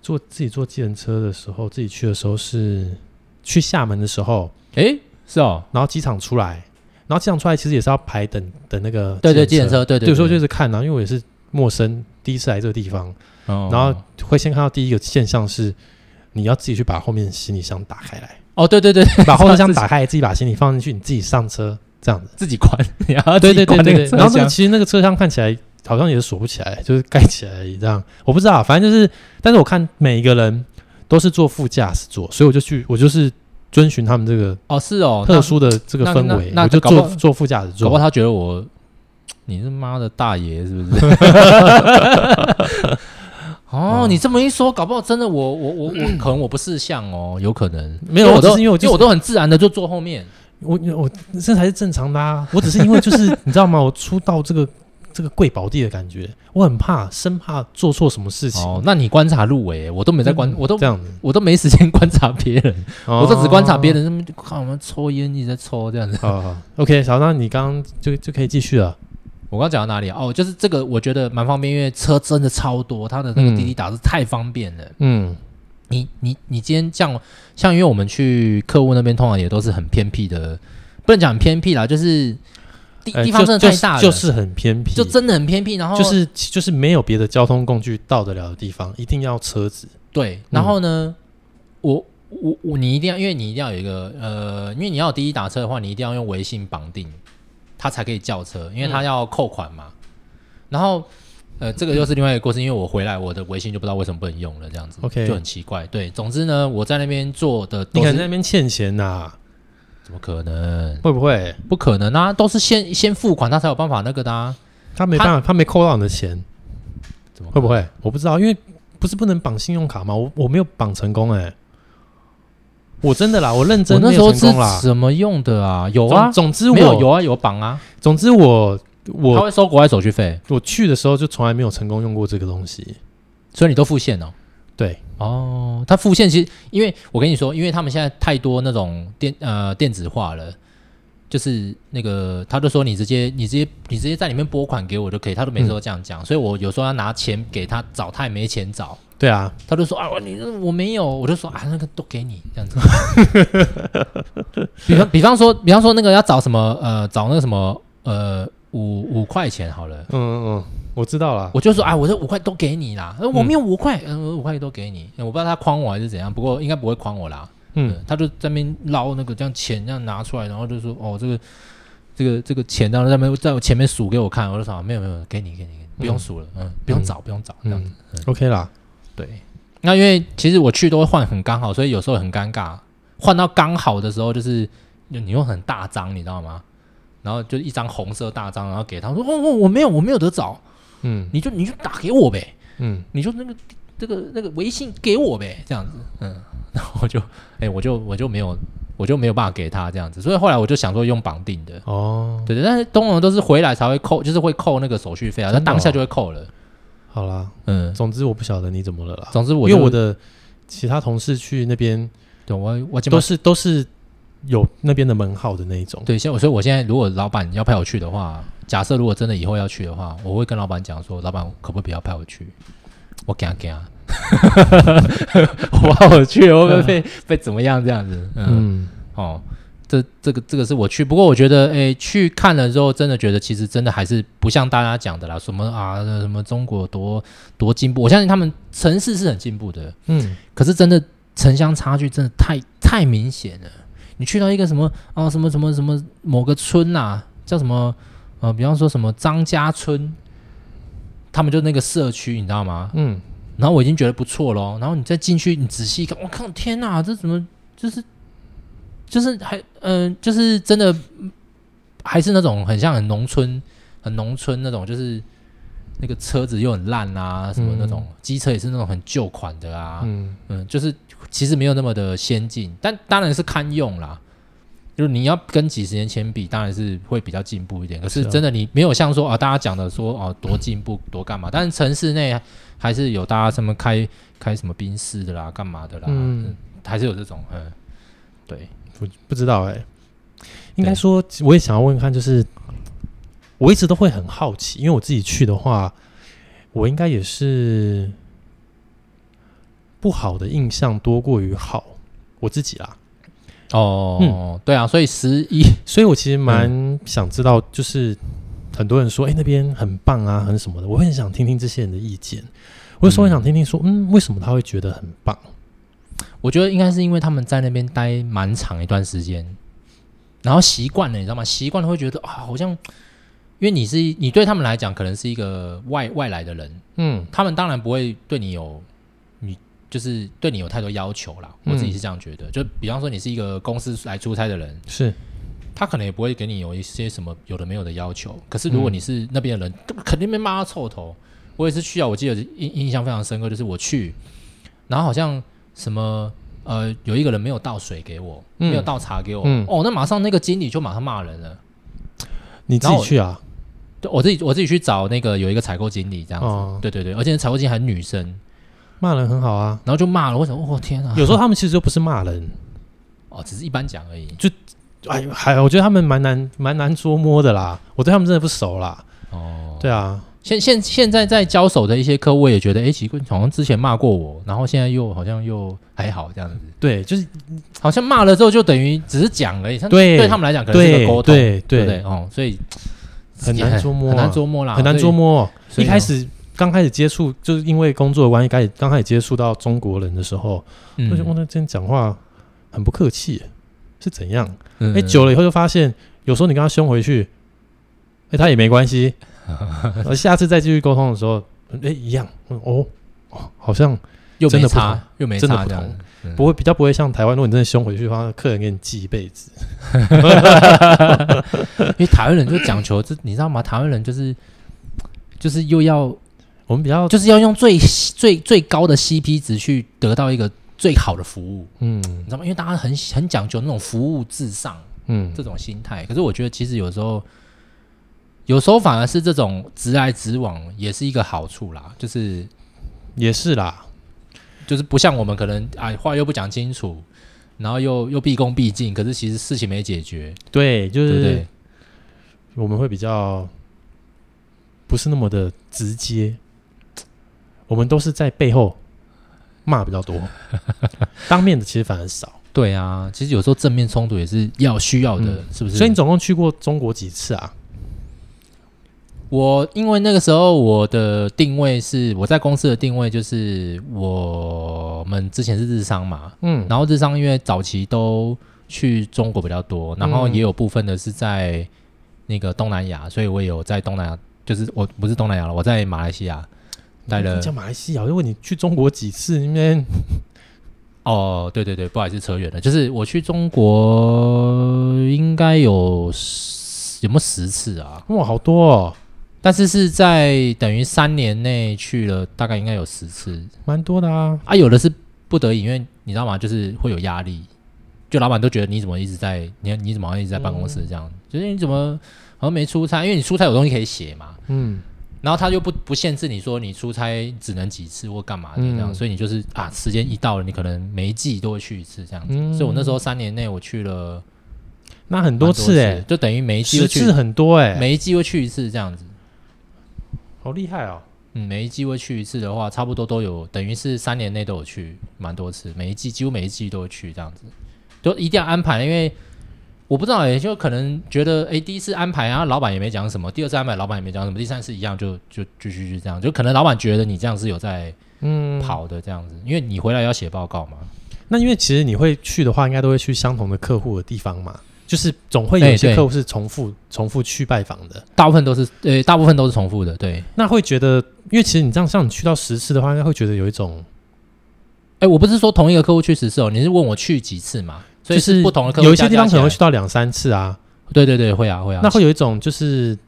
S2: 坐自己坐计程车的时候，自己去的时候是去厦门的时候，
S1: 哎，是哦。
S2: 然后机场出来，然后机场出来其实也是要排等等那个
S1: 对对，计程车，对对
S2: 有时候就
S1: 对
S2: 是看啊，因为我也是陌生，第一次来这个地方，
S1: 哦
S2: 然后会先看到第一个现象是，你要自己去把后面行李箱打开 来，
S1: 哦，对对对，对
S2: 把后 车厢打开，自己把行李放进去，你自己上车这样子。
S1: 自己 关，然后
S2: 对对对对对，然
S1: 然
S2: 后
S1: 后
S2: 那个其实那个车厢看起来好像也是锁不起来，就是盖起来而已这样。我不知道，反正就是，但是我看每一个人都是坐副驾驶座，所以我就去，我就是遵循他们这个
S1: 哦是哦，
S2: 特殊的这个
S1: 那
S2: 氛
S1: 那
S2: 围，
S1: 那
S2: 我就
S1: 搞不
S2: 坐
S1: 好
S2: 坐副驾驶
S1: 那，搞不好
S2: 座。
S1: 他觉得我你是妈的大爷是不是？ 哦，
S2: 嗯
S1: 你这么一说，搞不好真的我我我 我可能我不识相哦，有可能
S2: 没
S1: 因
S2: 有
S1: 为我
S2: 我只
S1: 都
S2: 是因为我
S1: 因
S2: 就是
S1: 为我都很自然的就坐后面，
S2: 我我这才是正常的啊！我只是因为就是你知道吗？我初到这个这个贵宝地的感觉，我很怕，生怕做错什么事情。
S1: 哦，那你观察入围，我都没在观，我都
S2: 嗯这样子，
S1: 我都没时间 观察别人，
S2: 哦
S1: 我都只观察别。人，他们就看我们抽烟一直在抽这样子。
S2: 好好，OK，小张，你刚刚就就可以继续了。
S1: 我刚讲到哪里啊？哦，就是这个，我觉得蛮方便，因为车真的超多，它的那个滴滴打是太方便了。
S2: 嗯
S1: 你你你今天像像，因为我们去客户那边，通常也都是很偏僻的，不能讲很偏僻啦，就是地、
S2: 呃
S1: 地方真的
S2: 就
S1: 太大了，
S2: 就就是很偏僻，
S1: 就真的很偏僻。然后
S2: 就是就是没有别的交通工具到得了的地方，一定要车子。
S1: 对，然后呢，我我我你一定要，因为你一定要有一个呃，因为你要有滴滴打车的话，你一定要用微信绑定，他才可以叫车，因为
S2: 嗯
S1: 他要扣款嘛。然后呃，这个又是另外一个故事，因为我回来我的微信就不知道为什么不能用了，这样子
S2: OK
S1: 就很奇怪。对，总之呢，我在那边做的都
S2: 你可
S1: 是
S2: 能在那边欠钱呐、
S1: 怎么可能？
S2: 会不会？
S1: 不可能啊，都是先先付款，他才有办法那个的啊。
S2: 他没
S1: 他
S2: 办法，他没扣到你的钱，
S1: 怎么可
S2: 会不会？我不知道，因为不是不能绑信用卡吗？我我没有绑成功哎、我真的啦，我认
S1: 我
S2: 真
S1: 那
S2: 没
S1: 时
S2: 有
S1: 候
S2: 成
S1: 是
S2: 功啦。
S1: 怎么用的啊？有
S2: 总
S1: 啊，
S2: 总之我
S1: 没有有，啊有绑啊，
S2: 总之我
S1: 他
S2: 我
S1: 会收国外手续费，
S2: 我去的时候就从来没有成功用过这个东西。
S1: 所以你都付现哦。
S2: 对，
S1: 哦，它付现其实，因为我跟你说，因为他们现在太多那种电呃电子化了，就是那个他就说你直接你直接你直接在里面拨款给我就可以，他都每次都这样讲，所以我有时候要拿钱给他找，他也没钱找，
S2: 对啊，
S1: 他就说啊我你我没有，我就说啊那个都给你这样子。 比方比方说比方说那个要找什么呃找那个什么呃五五块钱好了。
S2: 嗯嗯嗯，我知道啦。
S1: 我就说啊，我这五块都给你啦，呃我没有五块，嗯，我五块都给你，呃我不知道他诓我还是怎样，不过应该不会诓我啦。嗯
S2: 嗯，，
S1: 他就在那边捞那个这样钱这样拿出来，然后就说哦，这个这个这个钱，然后在那边在我前面数给我看，我就说、啊没有没有，给你给你，给你不用数了，嗯，不用找不用找这样子。
S2: 嗯，OK 啦。
S1: 对，那因为其实我去都会换很刚好，所以有时候很尴尬，换到刚好的时候就是你你用很大张，你知道吗？然后就一张红色大张，然后给他说哦哦，我没有我没有得找，
S2: 嗯
S1: 你就你就打给我呗。
S2: 嗯，
S1: 你就那个这个那个微信给我呗，这样子，嗯， 然后我就，哎、我就我就没有，我就没有办法给他这样子，所以后来我就想说用绑定的，
S2: 哦，
S1: 对对，但是通常都是回来才会扣，就是会扣那个手续费啊，
S2: 真的
S1: 但
S2: 哦
S1: 当下就会扣了，
S2: 好啦。
S1: 嗯，
S2: 总之我不晓得你怎么了啦，
S1: 总之我
S2: 因为
S1: 就
S2: 我的其他同事去那边
S1: 对我我基
S2: 都
S1: 本
S2: 是都是有那边的门号的那一种。
S1: 对，像我所以我现在如果老板要派我去的话，假设如果真的以后要去的话，我会跟老板讲说，老板可不可以不要派我去，我给他给他。 我怕我去了会不会 被被怎么样这样子？嗯
S2: 嗯，
S1: 哦，这这个这个是我去，不过我觉得，诶，去看了之后，真的觉得其实真的还是不像大家讲的啦，什么啊，什么中国多多进步，我相信他们城市是很进步的，
S2: 嗯，
S1: 可是真的城乡差距真的太太明显了。你去到一个什么啊，什么什么什么某个村呐、叫什么呃，比方说什么张家村，他们就那个社区，你知道吗？
S2: 嗯，
S1: 然后我已经觉得不错咯，然后你再进去，你仔细一看，我靠，天哪，这怎么就是就是还嗯、就是真的嗯还是那种很像很农村、很农村那种，就是那个车子又很烂啊，什么那种、机车也是那种很旧款的啊，嗯
S2: 嗯，
S1: 就是其实没有那么的先进，但当然是堪用啦。就是你要跟几十年前比，当然是会比较进步一点。可是
S2: 是啊
S1: 真的你没有像说啊，大家讲的说哦、多进步多干嘛，但是城市内还是有大家什么开开什么宾士的啦，干嘛的啦，
S2: 嗯
S1: 嗯，还是有这种嗯，对，
S2: 我不知道哎、应该说我也想要问问看，就是我一直都会很好奇，因为我自己去的话，我应该也是不好的印象多过于好，我自己啊啦，
S1: 哦，
S2: 嗯
S1: 对啊，所以十一
S2: 所以我其实蛮想知道，就是很多人说，哎、那边很棒啊，很什么的，我会很想听听这些人的意见。我有时候很想听听说，嗯，为什么他会觉得很棒？
S1: 我觉得应该是因为他们在那边待蛮长一段时间，然后习惯了，你知道吗？习惯了会觉得啊，好像因为你是你对他们来讲可能是一个外外来的人，
S2: 嗯
S1: 他们当然不会对你有你就是对你有太多要求啦。我自己是这样觉得，就比方说你是一个公司来出差的人，
S2: 是，
S1: 他可能也不会给你有一些什么有的没有的要求。可是如果你是那边的人，肯定被骂到臭头。我也是去啊，我记得印印象非常深刻，就是我去，然后好像什么呃，有一个人没有倒水给我，
S2: 嗯
S1: 没有倒茶给我，
S2: 嗯
S1: 哦，那马上那个经理就马上骂人了。
S2: 你自
S1: 然
S2: 己
S1: 后
S2: 去啊？
S1: 对我自己我自己去找那个有一个采购经理这样子，
S2: 哦
S1: 对对对，而且采购经理还是女生，
S2: 骂人很好 啊。
S1: 然后就骂了，我想，哦天啊，
S2: 有时候他们其实就不是骂人，
S1: 哦只是一般讲而已，
S2: 哎，还我觉得他们蛮难蛮难捉摸的啦。我对他们真的不熟啦。
S1: 哦，
S2: 对啊，
S1: 现现现在在交手的一些客户，我也觉得，哎、奇怪，好像之前骂过我，然后现在又好像又还好这样子，
S2: 对，就是
S1: 好像骂了之后就等于只是讲而已，他
S2: 对
S1: 对他们来讲可能是
S2: 对
S1: 个沟通，
S2: 对
S1: 对不
S2: 对，
S1: 哦，所以
S2: 很难捉摸啊
S1: 很难捉摸啦，
S2: 很难捉摸。
S1: 所
S2: 一
S1: 以。
S2: 开始刚开始接触，就是因为工作的关系，开始刚开始接触到中国人的时候，
S1: 所以
S2: 我就
S1: 哦
S2: 觉得今天讲话很不客气，是怎样？
S1: 嗯，
S2: 哎、久了以后就发现，有时候你跟他凶回去，哎、他也没 关系。而下次再继续沟通的时候，哎、一样哦，哦好像
S1: 又
S2: 真
S1: 没
S2: 的不
S1: 差，又没
S2: 真的
S1: 差
S2: 不
S1: 这样
S2: 同
S1: 子，嗯
S2: 不会比较不会像台湾，如果你真的凶回去的话，客人给你记一辈子。
S1: 因为台湾人就讲求这，你知道吗？台湾人就是就是又要
S2: 我们比较
S1: 就是要用最最最高的 CP 值去得到一个最好的服务，
S2: 嗯
S1: 你知道吗？因为大家很很讲究那种服务至上
S2: 嗯
S1: 这种心态。可是我觉得其实有时候，有时候反而是这种直来直往也是一个好处啦，就是
S2: 也是啦，
S1: 就是不像我们可能哎话又不讲清楚，然后又又毕恭毕敬，可是其实事情没解决，
S2: 对，就
S1: 对不
S2: 是
S1: 对？
S2: 我们会比较不是那么的直接，我们都是在背后骂比较多， 当面的其实反而少。
S1: 对啊，其实有时候正面冲突也是要需要的，
S2: 嗯
S1: 是不是？
S2: 所以你总共去过中国几次啊？
S1: 我因为那个时候我的定位是我在公司的定位就是我们之前是日商嘛，
S2: 嗯，
S1: 然后日商因为早期都去中国比较多，然后
S2: 嗯
S1: 也有部分的是在那个东南亚，所以我也有在东南亚，就是我不是东南亚了，我在马来西亚待了
S2: 你讲马来西亚，我就问你去中国几次？那边
S1: 哦，对对对，不好意思，扯远了。就是我去中国应该有十有没有十次啊？
S2: 哇，好多哦，
S1: 但是是在等于三年内去了，大概应该有十次
S2: 蛮多的啊。
S1: 啊。有的是不得已，因为你知道吗？就是会有压力，就老板都觉得你怎么一直在你你怎么好像一直在办公室这样，就是你怎么好像没出差，因为你出差有东西可以写嘛。
S2: 嗯，
S1: 然后他就不不限制你说你出差只能几次或干嘛的这样，
S2: 嗯
S1: 所以你就是啊，时间一到了，你可能每一季都会去一次这样子。
S2: 嗯
S1: 所以我那时候三年内我去了
S2: 那很
S1: 蛮
S2: 多
S1: 多
S2: 次哎、
S1: 就等于每一季
S2: 十
S1: 会去
S2: 次，很多哎、
S1: 每一季会去一次这样子。
S2: 好厉害哦。
S1: 嗯，每一季会去一次的话，差不多都有，等于是三年内都有去蛮多次，每一季几乎每一季都会去这样子，就一定要安排，因为我不知道、也欸就可能觉得，哎、第一次安排啊，老板也没讲什么，第二次安排老板也没讲什么，第三次一样就就继续就这样，就可能老板觉得你这样是有在
S2: 嗯，
S1: 跑的这样子，因为你回来要写报告嘛，
S2: 那因为其实你会去的话，应该都会去相同的客户的地方嘛，就是总会有一
S1: 哎
S2: 些
S1: 对
S2: 客户是重复重复去拜访的。
S1: 大部分都是，呃、大部分都是重复的，对，
S2: 那会觉得，因为其实你这样像你去到十次的话，应该会觉得有一种
S1: 哎、我不是说同一个客户去十次哦，你是问我去几次嘛，所以
S2: 就是
S1: 不同的客户
S2: 有一些
S1: 加
S2: 地
S1: 加
S2: 方可
S1: 起
S2: 能
S1: 来
S2: 会去，到两三次啊，
S1: 对对对，会啊会啊，
S2: 那会有一种就是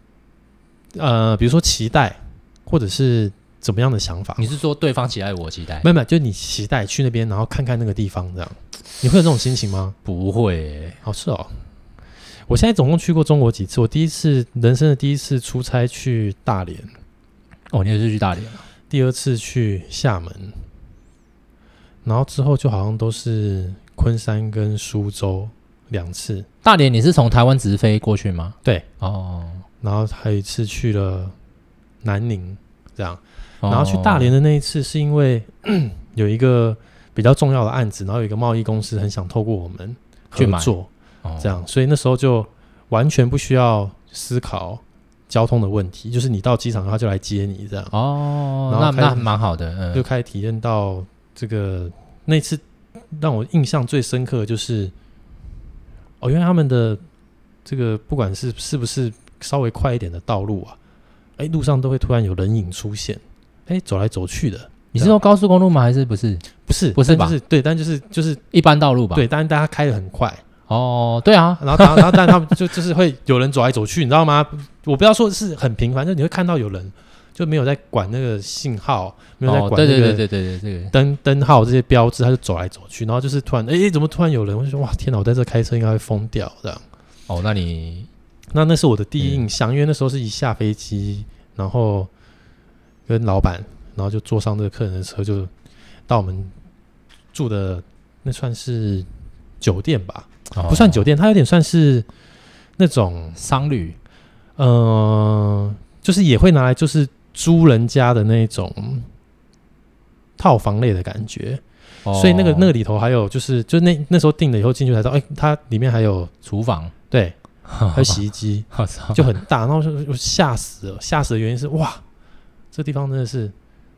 S2: 呃，比如说期待或者是怎么样的想法？
S1: 你是说哎对方期待我期待？
S2: 没有没有，就是你期待去那边，然后看看那个地方，这样你会有这种心情吗？
S1: 不会欸、
S2: 好是哦。我现在总共去过中国几次？我第一次人生的第一次出差去大连，
S1: 哦，你也是去大连啊？
S2: 第二次去厦门，然后之后就好像都是昆山跟苏州两次，
S1: 大连你是从台湾直飞过去吗？
S2: 对，
S1: 哦，
S2: 然后还有一次去了南宁，这样。
S1: 哦
S2: 然后去大连，的那一次是因为 有一个比较重要的案子，然后有一个贸易公司很想透过我们合
S1: 去买
S2: 作，
S1: 哦
S2: 这样，所以那时候就完全不需要思考交通的问题，就是你到机场他就来接你这样，
S1: 哦，
S2: 然
S1: 那
S2: 后开
S1: 那蛮好的，
S2: 就
S1: 嗯，
S2: 开始体验到这个那次让我印象最深刻的就是，哦，因为他们的这个不管是是不是稍微快一点的道路啊，哎，路上都会突然有人影出现，哎，走来走去的。
S1: 你是说高速公路吗？还是不是
S2: 不是，
S1: 不是
S2: 但
S1: 吧
S2: 就是对，但就是就是
S1: 一般道路吧？，
S2: 对，但是大家开的很快，
S1: 哦，对啊，
S2: 然后然后然后但他们就就是会有人走来走去，你知道吗？我不要说是很频繁，就你会看到有人，就没有在管那个信号，没有在
S1: 哦，
S2: 管
S1: 对
S2: 那
S1: 对对
S2: 个
S1: 对对对，这个
S2: 灯灯号这些标志，他就走来走去，然后就是突然，哎、怎么突然有人？我就说，哇，天哪！我在这开车应该会疯掉这样。
S1: 哦，那你
S2: 那那是我的第一印象，因为那时候是一下飞机，然后跟老板，然后就坐上这个客人的车，就到我们住的那算是酒店吧，
S1: 哦
S2: 不算酒店，它有点算是那种，
S1: 商旅
S2: 呃，就是也会拿来就是租人家的那种套房类的感觉，
S1: 哦，
S2: 所以那个那个里头还有就是就那那时候订了以后进去才知道，哎、它里面还有
S1: 厨房，
S2: 对还 有洗衣机。
S1: 我操
S2: 就很大，然后就就吓死了。吓死的原因是哇，这地方真的是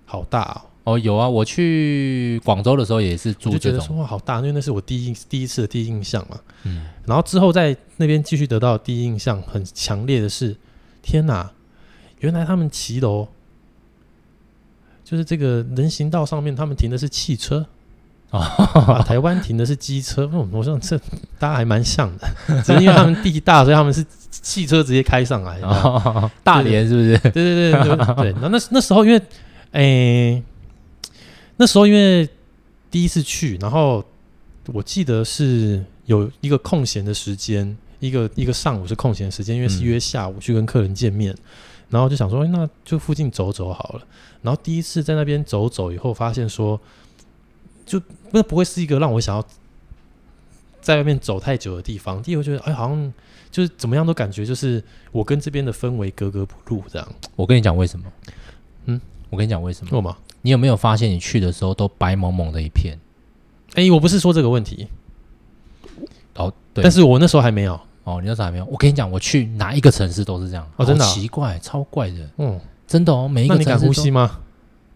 S2: 好大哦，
S1: 哦有啊，我去广州的时候也是
S2: 我
S1: 住
S2: 就觉
S1: 这
S2: 得
S1: 种，
S2: 说哇好大，因为那是我第一第一次的第一印象嘛。
S1: 嗯，
S2: 然后之后在那边继续得到的第一印象很强烈的是，天哪，原来他们骑楼就是这个人行道上面，他们停的是汽车。啊，台湾停的是机车，嗯我想这大家还蛮像的，只是因为他们地大，所以他们是汽车直接开上来。你知道吗
S1: 哦大连是不是？
S2: 对对对对对。那那那时候因为，诶、那时候因为第一次去，然后我记得是有一个空闲的时间，一个一个上午是空闲的时间，因为是
S1: 嗯
S2: 约下午去跟客人见面，然后就想说，诶那就附近走走好了。然后第一次在那边走走以后，发现说，就那不会是一个让我想要在外面走太久的地方。第一，我觉得哎，好像就是怎么样都感觉就是我跟这边的氛围格格不入这样。
S1: 我跟你讲为什么？
S2: 嗯，
S1: 我跟你讲为什么？
S2: 够吗？
S1: 你有没有发现你去的时候都白蒙蒙的一片？
S2: 哎，我不是说这个问题，
S1: 哦，对，
S2: 但是我那时候还没有。
S1: 哦，你那时候还没有。我跟你讲，我去哪一个城市都是这样，
S2: 哦真的啊
S1: 好奇怪，超怪的，
S2: 嗯，
S1: 真的哦，每一
S2: 那
S1: 个
S2: 你
S1: 城
S2: 敢
S1: 市
S2: 呼
S1: 都
S2: 吸吗？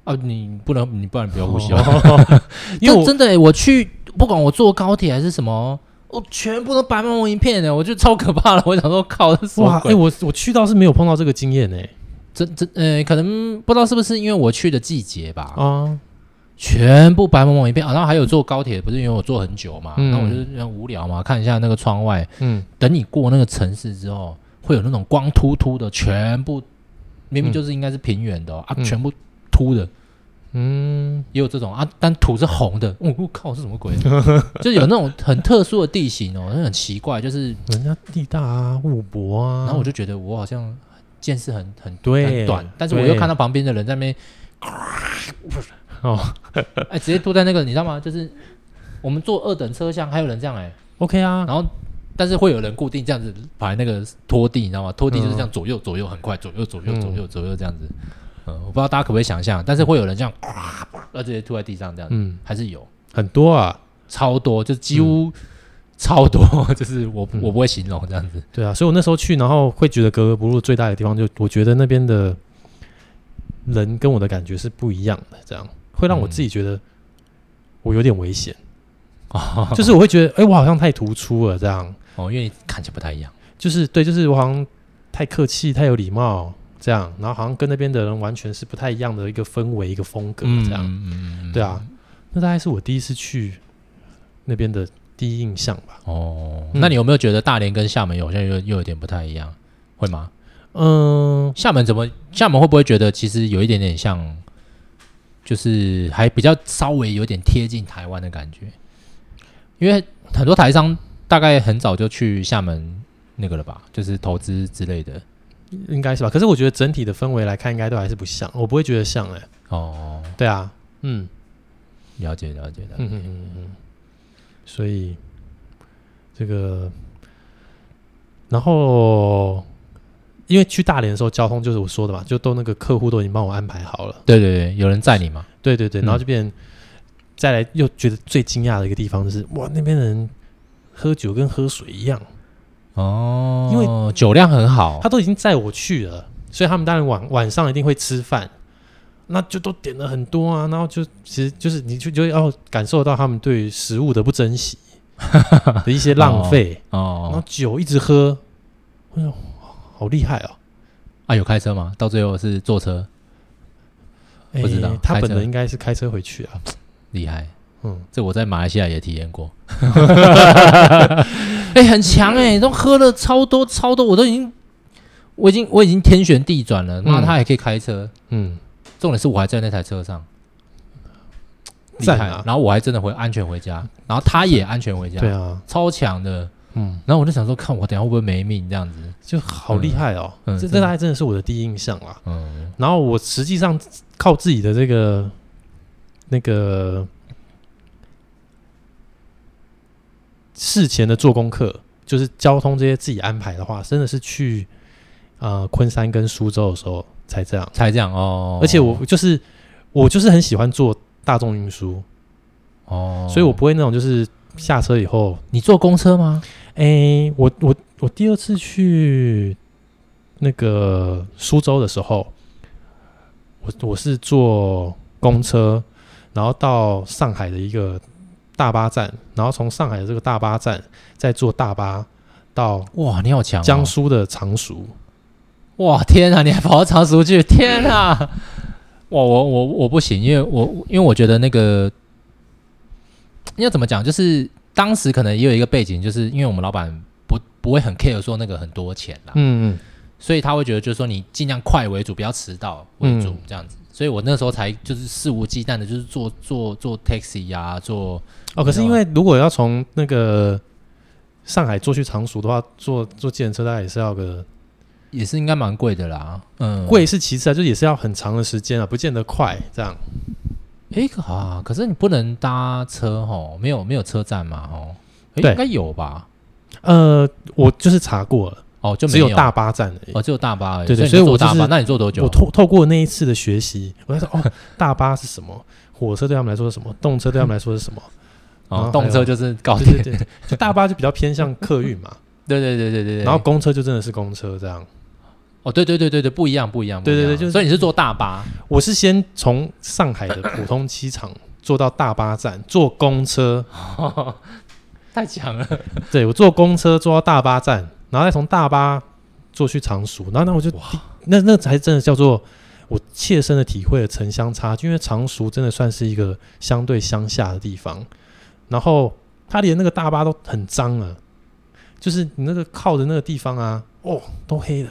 S1: 啊，你不能，你不然不
S2: 不
S1: 要呼吸 哦。
S2: 哦， 因 为
S1: 这
S2: 我
S1: 真的欸，我去不管我坐高铁还是什么，我全部都白蒙蒙一片的，我觉得超可怕的。 我想说，靠，这是什么
S2: 哇，哎，
S1: 鬼
S2: 我我去到是没有碰到这个经验哎
S1: 真真呃，可能不知道是不是因为我去的季节吧，
S2: 啊，
S1: 全部白蒙蒙一片、啊。然后还有坐高铁，不是因为我坐很久嘛，
S2: 嗯
S1: 那、我就很无聊嘛，看一下那个窗外。
S2: 嗯，
S1: 等你过那个城市之后，会有那种光秃秃的，全部明明就是应该是平原的、哦
S2: 嗯
S1: 啊，全部秃的，
S2: 嗯，
S1: 也有这种啊，但土是红的。 哦我、我靠，是什么 鬼？就有那种很特殊的地形哦，那很奇怪。就是，
S2: 人家地大啊，物博啊，
S1: 然后我就觉得我好像见识很很
S2: 对
S1: 很短，但是我又看到旁边的人在那边，
S2: 哦
S1: 哎，直接坐在那个，你知道吗？就是我们坐二等车厢，还有人这样哎、
S2: ，OK 啊，
S1: 然后。但是会有人固定这样子排那个拖地，你知道吗？拖地就是这样左右左右很快，左右左右
S2: 嗯
S1: 左右左右这样子。嗯，我不知道大家可不可以想象，但是会有人这样，那直接吐在地上这样子，
S2: 嗯，
S1: 还是有。
S2: 很多啊，
S1: 超多，就几乎 超多， 就是我
S2: 嗯
S1: 我不会形容这样子。
S2: 对啊，所以我那时候去，然后会觉得格格不入最大的地方，就我觉得那边的人跟我的感觉是不一样的，这样会让我
S1: 嗯
S2: 自己觉得我有点危 险，就是我会觉得，哎、我好像太突出了，这样，
S1: 哦，因为你看起来不太一样。
S2: 就是对，就是我好像太客气、太有礼貌，这样，然后好像跟那边的人完全是不太一样的一个氛围、一个风格，这样，
S1: 嗯嗯
S2: 对啊，，那大概是我第一次去那边的第一印象吧。
S1: 哦，
S2: 嗯
S1: 那你有没有觉得大连跟厦门有好像又又有点不太一样？会吗？
S2: 嗯，
S1: 厦门怎么？厦门会不会觉得其实有一点点像，就是还比较稍微有点贴近台湾的感觉？因为很多台商大概很早就去厦门那个了吧，就是投资之类的。
S2: 应该是吧。可是我觉得整体的氛围来看，应该都还是不像，我不会觉得像哎、
S1: 哦，
S2: 对啊，嗯
S1: 了解了解了解。
S2: 嗯嗯嗯嗯，所以这个，然后因为去大连的时候，交通就是我说的嘛，就都那个客户都已经帮我安排好了。
S1: 对对对，有人载你吗？
S2: 对对对，
S1: 嗯
S2: 然后就变、再来又觉得最惊讶的一个地方就是，哇，那边的人喝酒跟喝水一样，
S1: 哦，
S2: 因
S1: 为酒量很好
S2: 他，都已经载我去了，所以他们当然晚晚上一定会吃饭，那就都点了很多啊，然后就其实就是你就就会哦感受到他们对于食物的不 珍惜的一些浪费，然后
S1: 哦，
S2: 酒一直喝，哎呦，好厉害哦！
S1: 啊，有开车吗？到最后是坐车，
S2: 哎
S1: 不知道
S2: 他
S1: 开车
S2: 本人应该是开车回去啊，
S1: 厉害。
S2: 嗯，
S1: 这我在马来西亚也体验 过，
S2: 嗯
S1: 哎、很强哎、都喝了超多超多，我都已经，我已经我已经天旋地转了，那
S2: 嗯
S1: 他还可以开车，
S2: 嗯，
S1: 重点是我还在那台车上，厉
S2: 赞
S1: 害
S2: 啊！
S1: 然后我还真的回安全回家，然后他也安全回家，
S2: 对啊，
S1: 超强的。
S2: 嗯，
S1: 然后我就想说，看我等一下会不会没命这样子。
S2: 就好厉害哦。
S1: 嗯嗯
S2: 这这
S1: 真的
S2: 大概真的是我的第一印象啦。
S1: 嗯，
S2: 然后我实际上靠自己的这个那个事前的做功课，就是交通这些自己安排的话，真的是去呃昆山跟苏州的时候才这样。
S1: 才这样哦。
S2: 而且我就是我就是很喜欢坐大众运输，
S1: 哦，
S2: 所以我不会那种就是下车以后，
S1: 你坐公车吗？
S2: 哎、我我我第二次去那个苏州的时候，我我是坐公车，然后到上海的一个大巴站，然后从上海的这个大巴站再坐大巴到
S1: 哇，你好强、哦！
S2: 江苏的常熟。
S1: 哇，天啊，你还跑到常熟去？天啊！哇，我我我不行，因为我因为我觉得那个要怎么讲，就是当时可能也有一个背景，就是因为我们老板不不会很 care 说那个很多钱啦，
S2: 嗯嗯，
S1: 所以他会觉得就是说你尽量快为主，不要迟到为主、
S2: 嗯
S1: 这样子。所以我那时候才就是肆无忌惮的，就是坐坐坐 taxi 啊，坐
S2: 哦，可是因为如果要从那个上海坐去常熟的话，坐坐计程车大概也是要个
S1: 也是应该蛮贵的啦。嗯，
S2: 贵是其次啊，就也是要很长的时间啊，不见得快这样。
S1: 诶，可啊，可是你不能搭车吼，没有没有车站嘛吼，诶
S2: 对
S1: 应该有吧？
S2: 呃，我就是查过了，
S1: 哦，就
S2: 只
S1: 没
S2: 有大巴站而已。
S1: 哦，只有大巴而已。
S2: 对对
S1: 所
S2: 所
S1: 以
S2: 以
S1: 你坐
S2: 我就
S1: 大巴，
S2: 是
S1: 那你坐多久
S2: 我？透透过那一次的学习， 我在说哦，大巴是什么？火车对他们来说是什么？动车对他们来说 是什么？
S1: 哦，
S2: 啊
S1: 动
S2: 还
S1: 车
S2: 有
S1: 就是高
S2: 对
S1: 铁，
S2: 对对，就大巴就比较偏向客运嘛，
S1: 对对对对 对对。
S2: 然后公车就真的是公车这样。
S1: 哦，对对对对对，不一样不一样，不一
S2: 对对对
S1: 样
S2: 就是
S1: 所以你是坐大巴，
S2: 我是先从上海的浦东机场坐到大巴站，坐公车，
S1: 太强了。
S2: 对我坐公车坐到大巴站，然后再从大巴坐去常熟，然后那我就那那才真的叫做我切身的体会了城乡差距，因为常熟真的算是一个相对乡下的地方，然后它连那个大巴都很脏了，就是你那个靠的那个地方啊，哦，都黑了，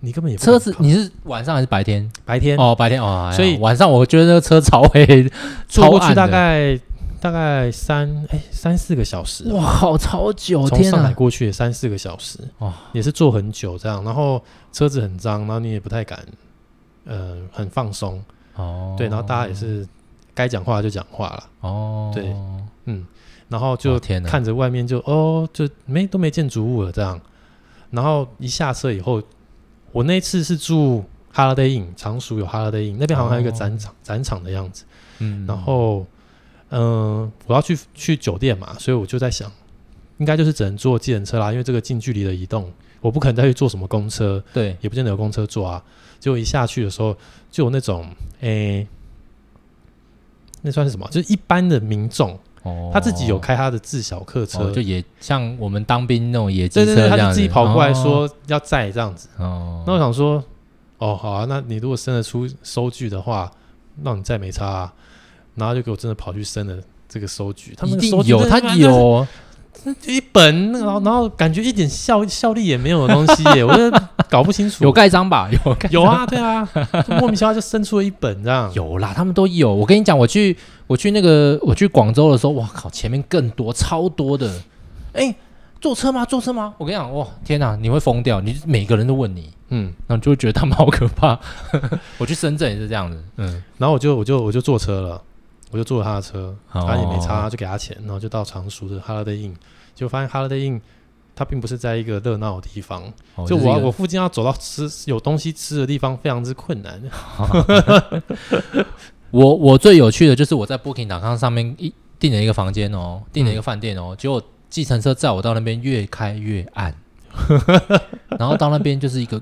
S2: 你根本也不敢
S1: 车子
S2: 靠
S1: 你是晚上还是白天？
S2: 白天
S1: 哦，白天哦，还好
S2: 所以
S1: 晚上我觉得那个车超黑，
S2: 坐
S1: 超
S2: 过去
S1: 暗
S2: 大
S1: 的
S2: 概大概三哎三四个小时，
S1: 哇靠，超久，
S2: 从
S1: 天
S2: 上海
S1: 啊！
S2: 过去也三四个小时，
S1: 哇
S2: 也是坐很久这样，然后车子很脏，然后你也不太敢，呃，很放松，
S1: 哦，
S2: 对，然后大家也是该讲话就讲话了，
S1: 哦，
S2: 对然后就
S1: 哦天哪
S2: 看着外面就哦，就没都没建筑物了这样，然后一下车以后，我那次是住 Holiday Inn，常熟有 Holiday Inn，那边好像还有一个
S1: 哦
S2: 展场，展场的样子，
S1: 嗯，
S2: 然后，嗯、我要去去酒店嘛，所以我就在想，应该就是只能坐计程车啦，因为这个近距离的移动，我不可能再去坐什么公车，
S1: 对，
S2: 也不见得有公车坐啊。结果一下去的时候，就有那种，诶、那算是什么？就是一般的民众，
S1: 哦，
S2: 他自己有开他的自小客车，
S1: 哦，就也像我们当兵那种野鸡
S2: 对
S1: 车
S2: 对
S1: 这
S2: 对，
S1: 样子，
S2: 他就自己跑过来
S1: 哦，
S2: 说要载这样子。
S1: 哦，
S2: 那我想说，哦，好啊，那你如果生得出收据的话，那你再没差、啊。然后就给我真的跑去生了这个收据，他们
S1: 一
S2: 那个
S1: 定
S2: 收据
S1: 有，
S2: 真的
S1: 他有，
S2: 一本那个，然后然后感觉一点效效力也没有的东西耶，我就搞不清楚。
S1: 有盖章吧？有盖
S2: 有啊，对啊，就莫名其妙就生出了一本这 样。
S1: 有啦，他们都有。我跟你讲，我去我去那个我去广州的时候，哇靠，前面更多，超多的。哎、坐车吗？坐车吗？我跟你讲，哇，天哪，你会疯掉！你每个人都问你，
S2: 嗯，
S1: 然后你就会觉得他们好可怕。 我去深圳也是这样子，嗯，
S2: 然后我就我就我就坐车了，我就坐了他的车，
S1: 哦
S2: 他也没差，就给他钱，然后就到常熟的 Holiday Inn，就发现 Holiday Inn 它并不是在一个热闹的地方，
S1: 哦
S2: 就是
S1: 一
S2: 我啊
S1: 个
S2: 我附近要走到吃有东西吃的地方非常之困难。
S1: 我我最有趣的就是我在 Booking.com 上面一订了一个房间哦，订了一个饭店哦，结果计程车载我到那边越开越暗，然后到那边就是一个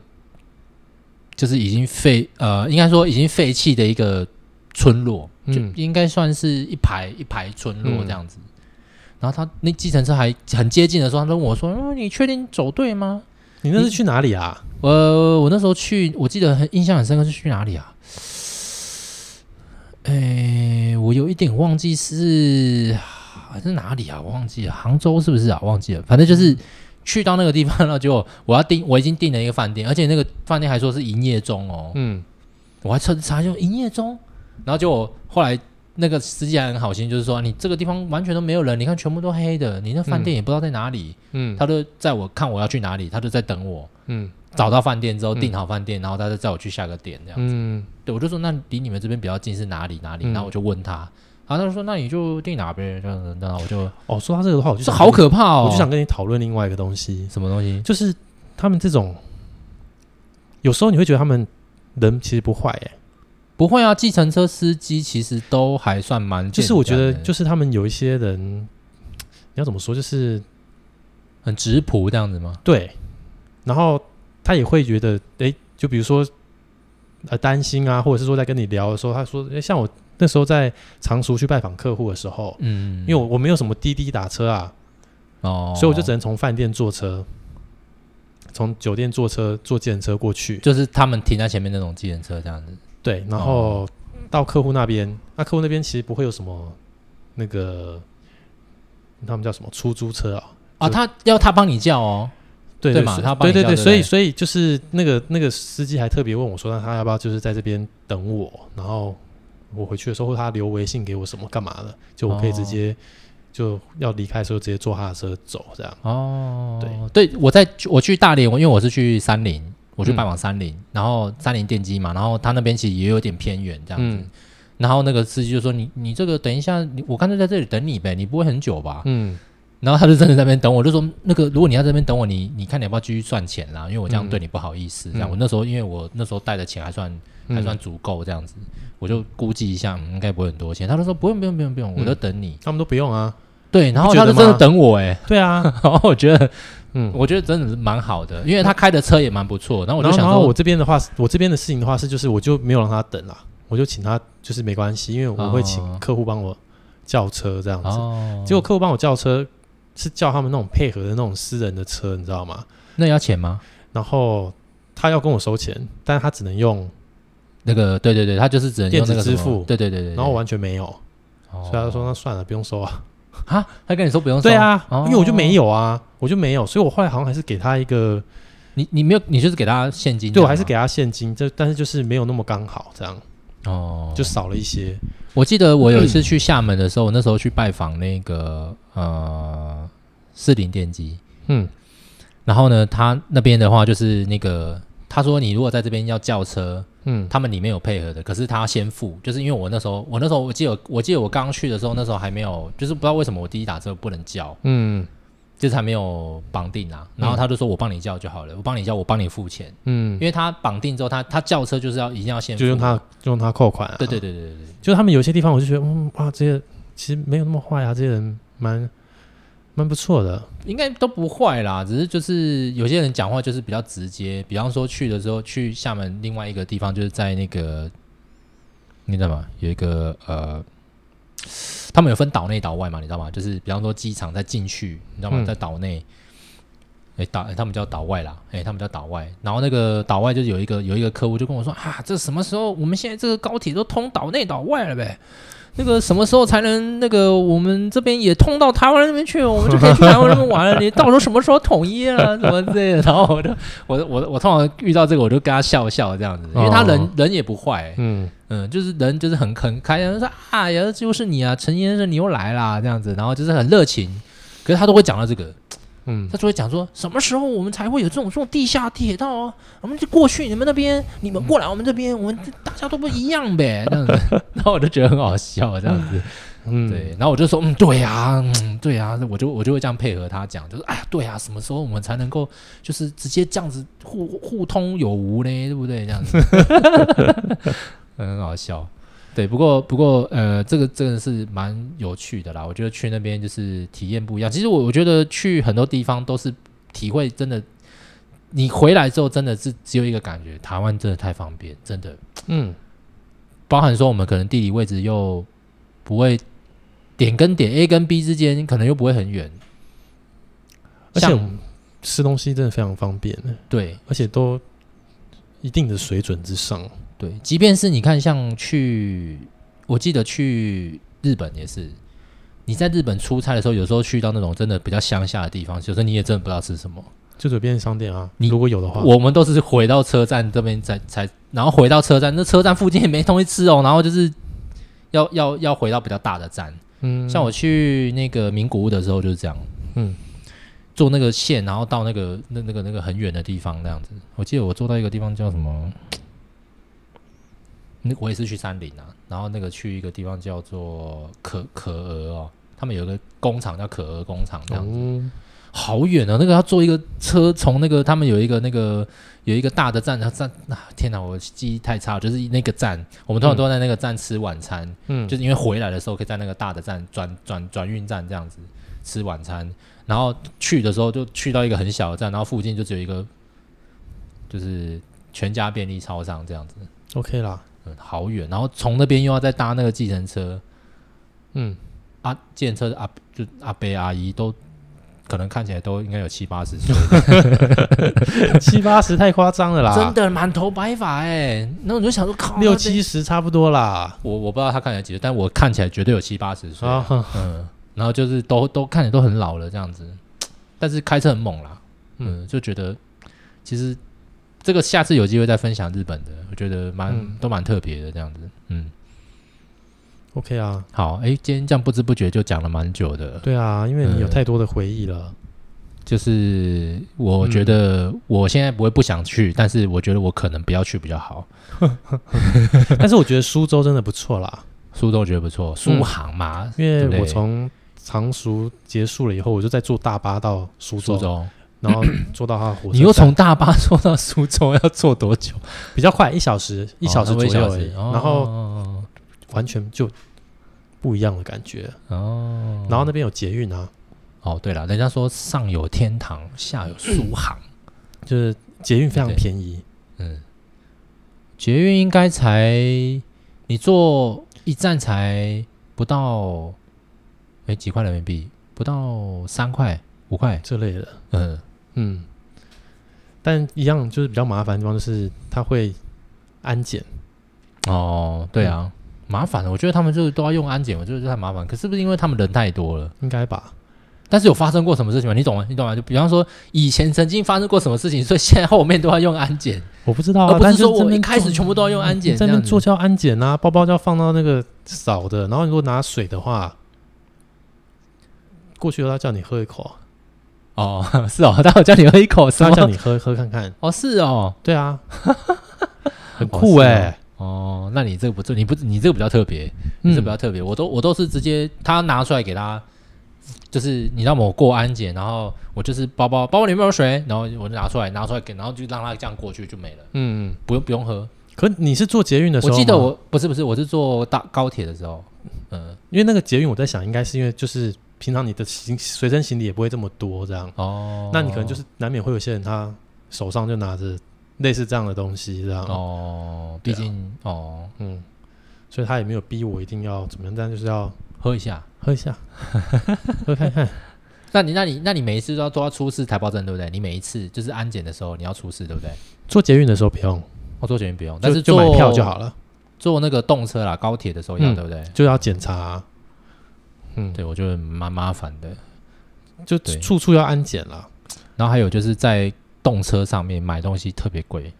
S1: 就是已经废呃，应该说已经废弃的一个村落，就
S2: 嗯
S1: 应该算是一排一排村落这样子。然后他那计程车还很接近的时候，他问我说：“嗯，你确定走对吗
S2: 你那是去哪里啊？？”
S1: 呃，我那时候去，我记得很印象很深刻是去哪里啊？ 诶，我有一点忘记是啊是哪里啊，我忘记了，杭州是不是啊？忘记了，反正就是去到那个地方，然后结果我要订，我已经订了一个饭店，而且那个饭店还说是营业中哦，
S2: 嗯，
S1: 我还查查就营业中，然后结果后来那个司机还很好心，就是说你这个地方完全都没有人，你看全部都黑的，你那饭店也不知道在哪里，
S2: 嗯，
S1: 他就在我看我要去哪里，他就在等我
S2: 嗯
S1: 找到饭店之后
S2: 嗯
S1: 订好饭店，然后他就载我去下个点这样。
S2: 嗯
S1: 对，我就说那离你们这边比较近是哪里哪里，
S2: 嗯
S1: 然后我就问他，然后他就说那你就订哪边这样子，然后我就
S2: 哦，说到这个的话，我就
S1: 这
S2: 想
S1: 好
S2: 跟
S1: 可怕
S2: 你，
S1: 哦，
S2: 我就想跟你讨论另外一个东西，
S1: 什么东西？
S2: 就是他们这种，有时候你会觉得他们人其实不坏，哎，
S1: 不会啊，计程车司机其实都还算蛮健
S2: 就是
S1: 全的，
S2: 我觉得就是他们有一些人，你要怎么说，就是
S1: 很直朴这样子吗？
S2: 对，然后他也会觉得，诶，就比如说，呃，担心啊，或者是说在跟你聊的时候，他说，诶，像我那时候在常熟去拜访客户的时候，
S1: 嗯，
S2: 因为我我没有什么滴滴打车啊，
S1: 哦，
S2: 所以我就只能从饭店坐车，从酒店坐车坐计程车过去，
S1: 就是他们停在前面那种计程车这样子，
S2: 对，然
S1: 哦
S2: 后到客户那边，那客户那边其实不会有什么那个。他们叫什么出租车啊？
S1: 啊，
S2: 就
S1: 他要他帮你叫哦，
S2: 对
S1: 对
S2: 对
S1: 嘛
S2: 所以
S1: 他帮
S2: 对
S1: 你
S2: 对
S1: 叫
S2: 对，
S1: 对不
S2: 所以
S1: 对
S2: 所以就是那个那个司机还特别问我说，那他要不要就是在这边等我，然后我回去的时候，或他留微信给我什么干嘛的，就我可以直
S1: 哦
S2: 接、就要离开的时候直接坐他的车走这样。
S1: 哦，对，对我在我去大连，我因为我是去三林，我
S2: 嗯
S1: 去拜访三林，然后三林电机嘛，然后他那边其实也有点偏远这样子，
S2: 嗯
S1: 然后那个司机就说你你这个等一下，你我干脆在这里等你呗，你不会很久吧？
S2: 嗯
S1: 然后他就真的在那边等我，就说那个如果你要在那边等我，你你看你要不要继续算钱啦？因为我这样对你不好意思。这样
S2: 嗯
S1: 我那时候因为我那时候带的钱还算还算足够这样子，我就估计一下、嗯应该不会很多钱。他就说不用不用不用不用，我就等你。
S2: 他们都不用啊，
S1: 对，然后
S2: 嗯你不
S1: 他
S2: 觉
S1: 就
S2: 得
S1: 真的
S2: 吗
S1: 等我哎、欸
S2: 对啊，
S1: 然后我觉得
S2: 嗯。
S1: 我觉得真的是蛮好的，因为他开的车也蛮不错。然后我
S2: 然
S1: 就
S2: 后
S1: 想
S2: 然后
S1: 说
S2: 我，这边的话，我这边的事情的话是，就是我就没有让他等啦，我就请他就是没关系，因为我会
S1: 哦
S2: 请客户帮我叫车这样子。
S1: 哦，
S2: 结果客户帮我叫车是叫他们那种配合的那种私人的车，你知道吗？
S1: 那要钱吗？
S2: 然后他要跟我收钱，但是他只能用，
S1: 那个对对对，他就是只能用那个
S2: 电子支
S1: 什么
S2: 付
S1: 对对对对。对
S2: 然后我完全没有，
S1: 哦
S2: 所以他就说那算了，不用收啊。
S1: 啊，他跟你说不用
S2: 对
S1: 收
S2: 啊，因为我就没
S1: 哦
S2: 有啊，我就没有，所以我后来好像还是给他一个，
S1: 你你没有你就是给他现金这
S2: 对我
S1: 样吗，啊
S2: 还是给他现金，这但是就是没有那么刚好，这样
S1: 哦，
S2: 就少了一些。
S1: 我记得我有一次去厦门的时候，我那时候去拜访那个呃四零电机，
S2: 嗯
S1: 然后呢，他那边的话就是那个他说你如果在这边要叫车，
S2: 嗯
S1: 他们里面有配合的，可是他要先付，就是因为我那时候我那时候我记得我记得我刚去的时候，那时候还没有，就是不知道为什么我第一打车不能叫，
S2: 嗯
S1: 就是还没有绑定啊，然后他就说我帮你叫就好了，我帮你叫，我帮你付钱，因
S2: 嗯，
S1: 为他绑定之后，他他叫车就是要一定要先付
S2: 就用，他就用他扣款啊。
S1: 对对对对对对。
S2: 就他们有些地方，我就觉得，嗯哇，这些其实没有那么坏啊，这些人蛮蛮不错的。
S1: 应该都不坏啦，只是就是有些人讲话就是比较直接，比方说去的时候去厦门另外一个地方，就是在那个你知道吗？有一个呃，他们有分岛内岛外嘛，你知道吗？就是比方说机场再进去，你知道吗？
S2: 嗯
S1: 在岛内，哎、岛、诶他们叫岛外啦，哎、他们叫岛外。然后那个岛外就是有一个有一个客户就跟我说啊，这什么时候我们现在这个高铁都通岛内岛外了呗？那个什么时候才能那个我们这边也通到台湾那边去？我们就可以去台湾那边玩了。你到时候什么时候统一啊？什么之类的？然后我就我我我通常遇到这个我就跟他笑笑这样子，因为他人、
S2: 哦
S1: 人也不坏、
S2: 嗯
S1: 嗯，就是人就是很很开心，说啊，呀，就是你啊，陈先生你又来啦，这样子，然后就是很热情。可是他都会讲到这个，
S2: 嗯
S1: 他就会讲说，什么时候我们才会有这种这种地下铁道啊？我们就过去你们那边，你们过来我们这边，我们大家都不一样呗，这样子。然后我就觉得很好笑，这样子。
S2: 嗯，
S1: 对，然后我就说，嗯，对呀、嗯，对呀、我就我就会这样配合他讲，就是哎呀，对呀、什么时候我们才能够就是直接这样子互互通有无呢？对不对？这样子， 很好笑。对，不过不过呃，这个真的是蛮有趣的啦。我觉得去那边就是体验不一样。其实我我觉得去很多地方都是体会，真的，你回来之后真的是只有一个感觉，台湾真的太方便，真的。
S2: 嗯。
S1: 包含说我们可能地理位置又不会点跟点 A 跟 B 之间可能又不会很远，
S2: 而且
S1: 像
S2: 我们吃东西真的非常方便，
S1: 对
S2: 而且都一定的水准之上。
S1: 对，即便是你看像去，我记得去日本也是，你在日本出差的时候，有时候去到那种真的比较乡下的地方，有时候你也真的不知道吃什么。
S2: 就走便利商店啊。
S1: 你
S2: 如果有的话，
S1: 我们都是回到车站这边才才，然后回到车站，那车站附近也没东西吃哦，然后就是要要要回到比较大的站。
S2: 嗯，
S1: 像我去那个名古屋的时候就是这样，
S2: 嗯，
S1: 坐那个线，然后到那个那那个那个很远的地方那样子。我记得我坐到一个地方叫什么，那我也是去山林啊，然后那个去一个地方叫做可可鹅哦，他们有一个工厂叫可鹅工厂这样子。
S2: 哦，
S1: 好远哦，那个要坐一个车从那个他们有一个那个有一个大的站，然后站啊，天哪，我记忆太差了，就是那个站，我们通常都在那个站吃晚餐，
S2: 嗯，
S1: 就是因为回来的时候可以在那个大的站转转转运站这样子吃晚餐，然后去的时候就去到一个很小的站，然后附近就只有一个就是全家便利超商这样子，
S2: OK 啦，
S1: 嗯，好远，然后从那边又要再搭那个计程车，
S2: 嗯，
S1: 啊，计程车的阿就阿伯阿姨都可能看起来都应该有七八十岁。
S2: 七八十太夸张了啦，
S1: 真的满头白发哎、那我就想说，靠，
S2: 六
S1: 他这，
S2: 七十差不多啦。
S1: 我我不知道他看起来几岁，但我看起来绝对有七八十岁，
S2: 啊，哼
S1: 嗯，然后就是都都看起来都很老了这样子，但是开车很猛啦，嗯，就觉得其实这个下次有机会再分享日本的，我觉得蛮、
S2: 嗯
S1: 都蛮特别的这样子，嗯，
S2: ，OK 啊，
S1: 好，哎、今天这样不知不觉就讲了蛮久的，
S2: 对啊，因为你有
S1: 嗯
S2: 太多的回忆了。
S1: 就是我觉得我现在不会不想去，但是我觉得我可能不要去比较好，
S2: 嗯 但是我觉得苏州真的不错啦，
S1: 苏州觉得不错，苏
S2: 嗯
S1: 杭嘛，
S2: 因
S1: 对不
S2: 为
S1: 对
S2: 我从常熟结束了以后，我就在坐大巴到苏州，
S1: 苏州。
S2: 然后坐到他的火车站，
S1: 你又从大巴坐到苏州要坐多久？
S2: 比较快，一小时一小时
S1: 哦哦那
S2: 左
S1: 我一
S2: 右
S1: 小
S2: 而
S1: 时
S2: 已，
S1: 哦
S2: 然后
S1: 哦
S2: 完全就不一样的感觉。
S1: 哦
S2: 然后那边有捷运啊，
S1: 哦，对了，人家说上有天堂，下有苏杭，
S2: 就是捷运非常
S1: 对
S2: 便宜，
S1: 嗯，捷运应该才你坐一站才不到，哎几块人民币，不到三块五块，
S2: 这类的，
S1: 嗯，
S2: 嗯。但一样就是比较麻烦的地方，就是它会安检，
S1: 哦，对
S2: 嗯
S1: 啊，麻烦了，我觉得他们就是都要用安检，我觉得这太麻烦，可是不是因为他们人太多了？
S2: 应该吧？
S1: 但是有发生过什么事情吗？你懂吗？你懂吗？就比方说，以前曾经发生过什么事情，所以现在后面都要用安检，
S2: 我不知道、
S1: 而
S2: 啊，
S1: 不
S2: 但
S1: 是说
S2: 这
S1: 我一
S2: 边
S1: 开
S2: 坐
S1: 始全部都要用安检
S2: 嗯在
S1: 这
S2: 那
S1: 样
S2: 边做
S1: 子。
S2: 就要安检啊，包包就要放到那个扫的，然后你如果拿水的话，过去他叫你喝一口，啊
S1: 哦， 是哦，待会叫你喝一口什
S2: 他 叫
S1: 么？
S2: 你喝喝看看，
S1: 哦，是哦，
S2: 对啊，很
S1: 哦
S2: 酷
S1: 是
S2: 哎、
S1: 哦，那你这个不对，你不你这个比较特别，你
S2: 嗯
S1: 这个比较特别。我都我都是直接他拿出来给他，就是你让我过安检，然后我就是包包包包里面有水，然后我就拿出来拿出来给，然后就让他这样过去就没了，
S2: 嗯，
S1: 不用不用喝。
S2: 可你是坐捷运的时
S1: 我
S2: 候吗，
S1: 记得我不是不是，我是坐大高铁的时候，嗯。
S2: 因为那个捷运，我在想应该是因为就是平常你的行随身行李也不会这么多这样，
S1: 哦，
S2: 那你可能就是难免会有些人他手上就拿着类似这样的东西这样，
S1: 哦，毕
S2: 对啊
S1: 竟、哦，
S2: 嗯，所以他也没有逼我一定要怎么样，但就是要
S1: 喝一下。
S2: 喝一下，喝看看。
S1: 那你那你那你每一次都要都要出示台胞证，对不对？你每一次就是安检的时候你要出示，对不对？
S2: 坐捷运的时候不用，
S1: 我做检验不用，但
S2: 就是就
S1: 哦坐
S2: 买票就好。了，
S1: 坐那个动车啦，高铁的时候要，
S2: 嗯
S1: 对不对？
S2: 就要检查啊、嗯，
S1: 对，我觉得蛮麻烦的。
S2: 就
S1: 对
S2: 处处要安检啦。
S1: 然后还有就是在动车上面买东西特别贵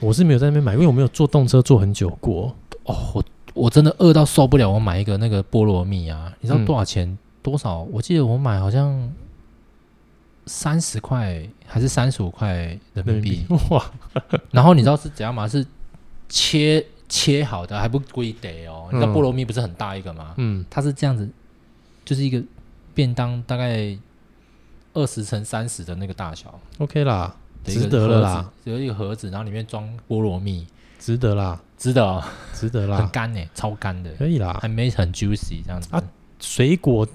S2: 我是没有在那边买，因为我没有坐动车坐很久过，
S1: 哦，我我真的饿到受不了，我买一个那个菠萝蜜啊，你知道
S2: 嗯
S1: 多少钱？多少？我记得我买好像三十块还是三十五块人民币，
S2: 哇，
S1: 然后你知道是怎样吗？是切切好的，还不规得哦。你知道
S2: 嗯
S1: 菠萝蜜不是很大一个吗？
S2: 嗯，
S1: 它是这样子，就是一个便当大概二十乘三十的那个大小
S2: ，OK 啦，
S1: 的一个
S2: 值得了啦
S1: 盒子，有一个盒子，然后里面装菠萝蜜，
S2: 值得啦，
S1: 值得哦，
S2: 值得
S1: 很
S2: 啦，
S1: 干呢，超干的，
S2: 可以啦
S1: 还。没很 juicy 这样子
S2: 啊。水果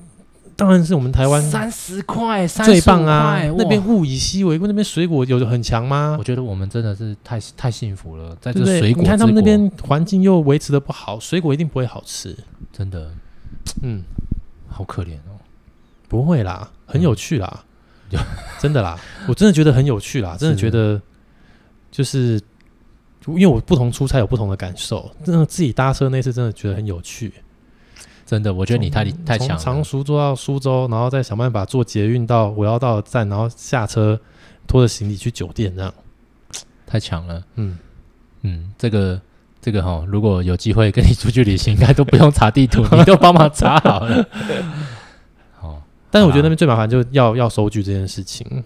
S2: 当然是我们台湾
S1: 三十块，
S2: 最棒
S1: 35
S2: 啊
S1: 块，
S2: 那边
S1: 哇
S2: 物以稀为贵，那边水果有很强吗
S1: 我？觉得我们真的是太太幸福了，在
S2: 对
S1: 这
S2: 不对？
S1: 水果
S2: 你看他们
S1: 之
S2: 那
S1: 国
S2: 边环境又维持的不好，水果一定不会好吃。
S1: 真的
S2: 嗯，
S1: 好可怜哦。
S2: 不会啦，很有趣啦
S1: 嗯，
S2: 真的啦，我真的觉得很有趣啦，真的觉得就是因为我不同出差有不同的感受，真的自己搭车那次真的觉得很有趣，
S1: 真的，我觉得你太厉太
S2: 从
S1: 强
S2: 常
S1: 了。
S2: 熟做到苏州，然后再想办法坐捷运到我要到的站，然后下车拖着行李去酒店这样。
S1: 太强了，
S2: 嗯，
S1: 嗯，这个这个哈、如果有机会跟你出去旅行，应该都不用查地 图，你都帮忙查好了。哦
S2: 但是我觉
S1: 好啦
S2: 得那边最麻烦就是要要收据这件事情。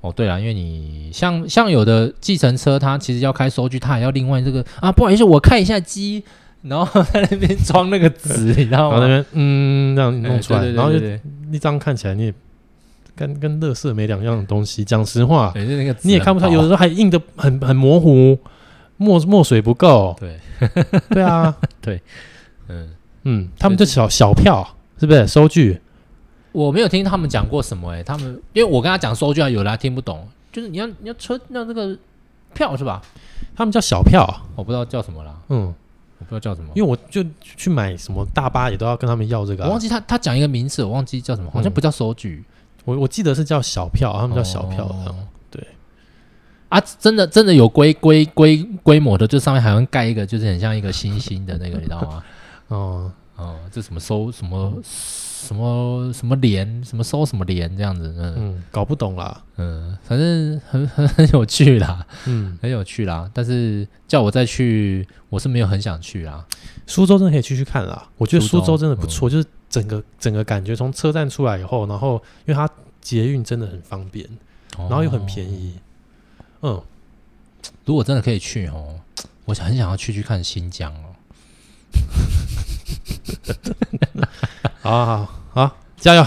S1: 哦，对了，因为你像像有的计程车，它其实要开收据，它还要另外这个啊，不好意思，我看一下机，然后在那边装那个纸，你知道
S2: 然后那
S1: 吗？
S2: 边嗯，这样弄出来，
S1: 哦哎对对对
S2: 然后就
S1: 对对
S2: 一张看起来你也跟跟乐色没两样的东西。讲实话，
S1: 对，就那个
S2: 你也看不出来，有的时
S1: 候。
S2: 候还印的很很模糊，墨墨水不够
S1: 对，
S2: 对啊，
S1: 嗯，
S2: 嗯，他们就小小票，是不是收据？
S1: 我没有听他们讲过什么哎、他们因为我跟他讲收据啊，有的他听不懂，就是你要你要车要这个票是吧？
S2: 他们叫小票。
S1: 我不知道叫什么啦，
S2: 嗯，
S1: 我不知道叫什么，
S2: 因为我就去买什么大巴也都要跟他们要这个啊、
S1: 我忘记他他讲一个名字，我忘记叫什么，好像
S2: 嗯
S1: 不叫收据，
S2: 我我记得是叫小票，他
S1: 他
S2: 们叫小票
S1: 哦
S2: 这样。对。
S1: 啊，真的真的有规规规规模的，就上面好像盖一个，就是很像一个星星的那个，你知道吗？
S2: 哦、
S1: 哦、这什么收什么什么什么联，什么收什么联这样子，嗯
S2: 嗯，搞不懂 啦。
S1: 嗯，反正很很很有趣啦，
S2: 嗯，
S1: 很有趣啦。但是叫我再去，我是没有很想去啦。
S2: 苏州真的可以去去看啦，我觉得
S1: 苏州
S2: 苏
S1: 嗯
S2: 州真的不错，就是整个整个感觉从车站出来以后，然后因为它捷运真的很方便，
S1: 然
S2: 然后又很便宜。
S1: 哦
S2: 嗯，
S1: 如果真的可以去哦，我想很想要去去看新疆哦。
S2: 好啊好好好，加 油！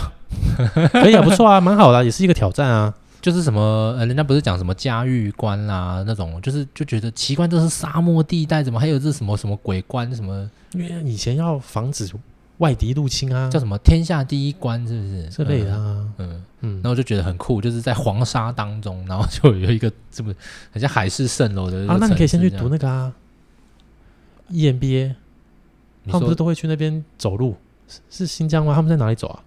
S2: 可以啊，不错啊，蛮好的啊、也是一个挑战啊。
S1: 就是什么呃，人家不是讲什么嘉峪关啦、那种，就是就觉得奇怪，这是沙漠地带，怎么还有这什么什么鬼关，什么
S2: 因为以前要防止外敌入侵啊，
S1: 叫什么天下第一关，是不是
S2: 这类的？啊，
S1: 嗯嗯，
S2: 嗯
S1: 然，后我就觉得很酷，就是在黄沙当中，然后就有一个这么很像海市蜃楼的
S2: 啊，那你可以先去读
S1: 那，
S2: 那个啊，EMBA，，E
S1: 你
S2: 他们不是
S1: 说
S2: 都会去那边走路？是是新疆吗？他们在哪里走啊？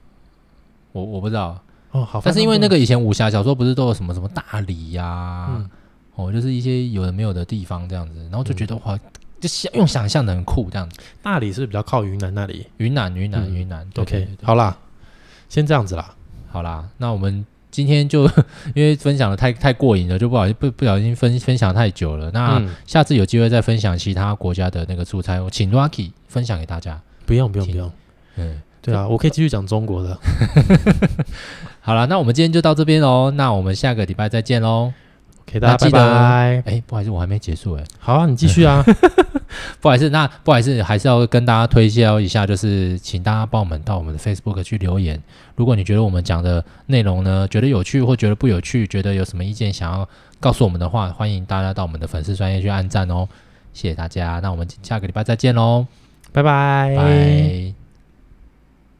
S1: 我我不知道，
S2: 哦，好，
S1: 但是因为
S2: 反正
S1: 那
S2: 他们
S1: 个以前武侠小说不是都有什么什么大理呀、
S2: 嗯
S1: 哦，就是一些有的没有的地方这样子，然后就觉得、哇，就想用想象的很酷这样子。
S2: 大理是不是比较靠云南那里
S1: 云南，云南，
S2: 嗯
S1: 云南对对
S2: ？OK，
S1: 对
S2: 好啦，先这样子啦。
S1: 好啦，那我们今天就 因为分享的太太过瘾了，就不好意不不小心分分享太久了。那
S2: 嗯，
S1: 下次有机会再分享其他国家的那个出差，我请 Rocky 分享给大家。
S2: 不用不用
S1: 请
S2: 不用，
S1: 嗯，
S2: 对啊，我可以继续讲中国的，
S1: 好啦，那我们今天就到这边喽，那我们下个礼拜再见喽。
S2: 给大
S1: 那
S2: 家
S1: 记
S2: 拜
S1: 得哦
S2: 拜。
S1: 哎，不好意思，我还没结束哎、
S2: 好啊，你继 续啊。
S1: 不好意思，那不好意思，还是要跟大家推销一下，就是请大家帮我们到我们的 Facebook 去留言。如果你觉得我们讲的内容呢，觉得有趣或觉得不有趣，觉得有什么意见想要告诉我们的话，欢迎大家到我们的粉丝专业去按赞哦。谢谢大家，那我们下个礼拜再见喽，
S2: 拜拜
S1: 拜。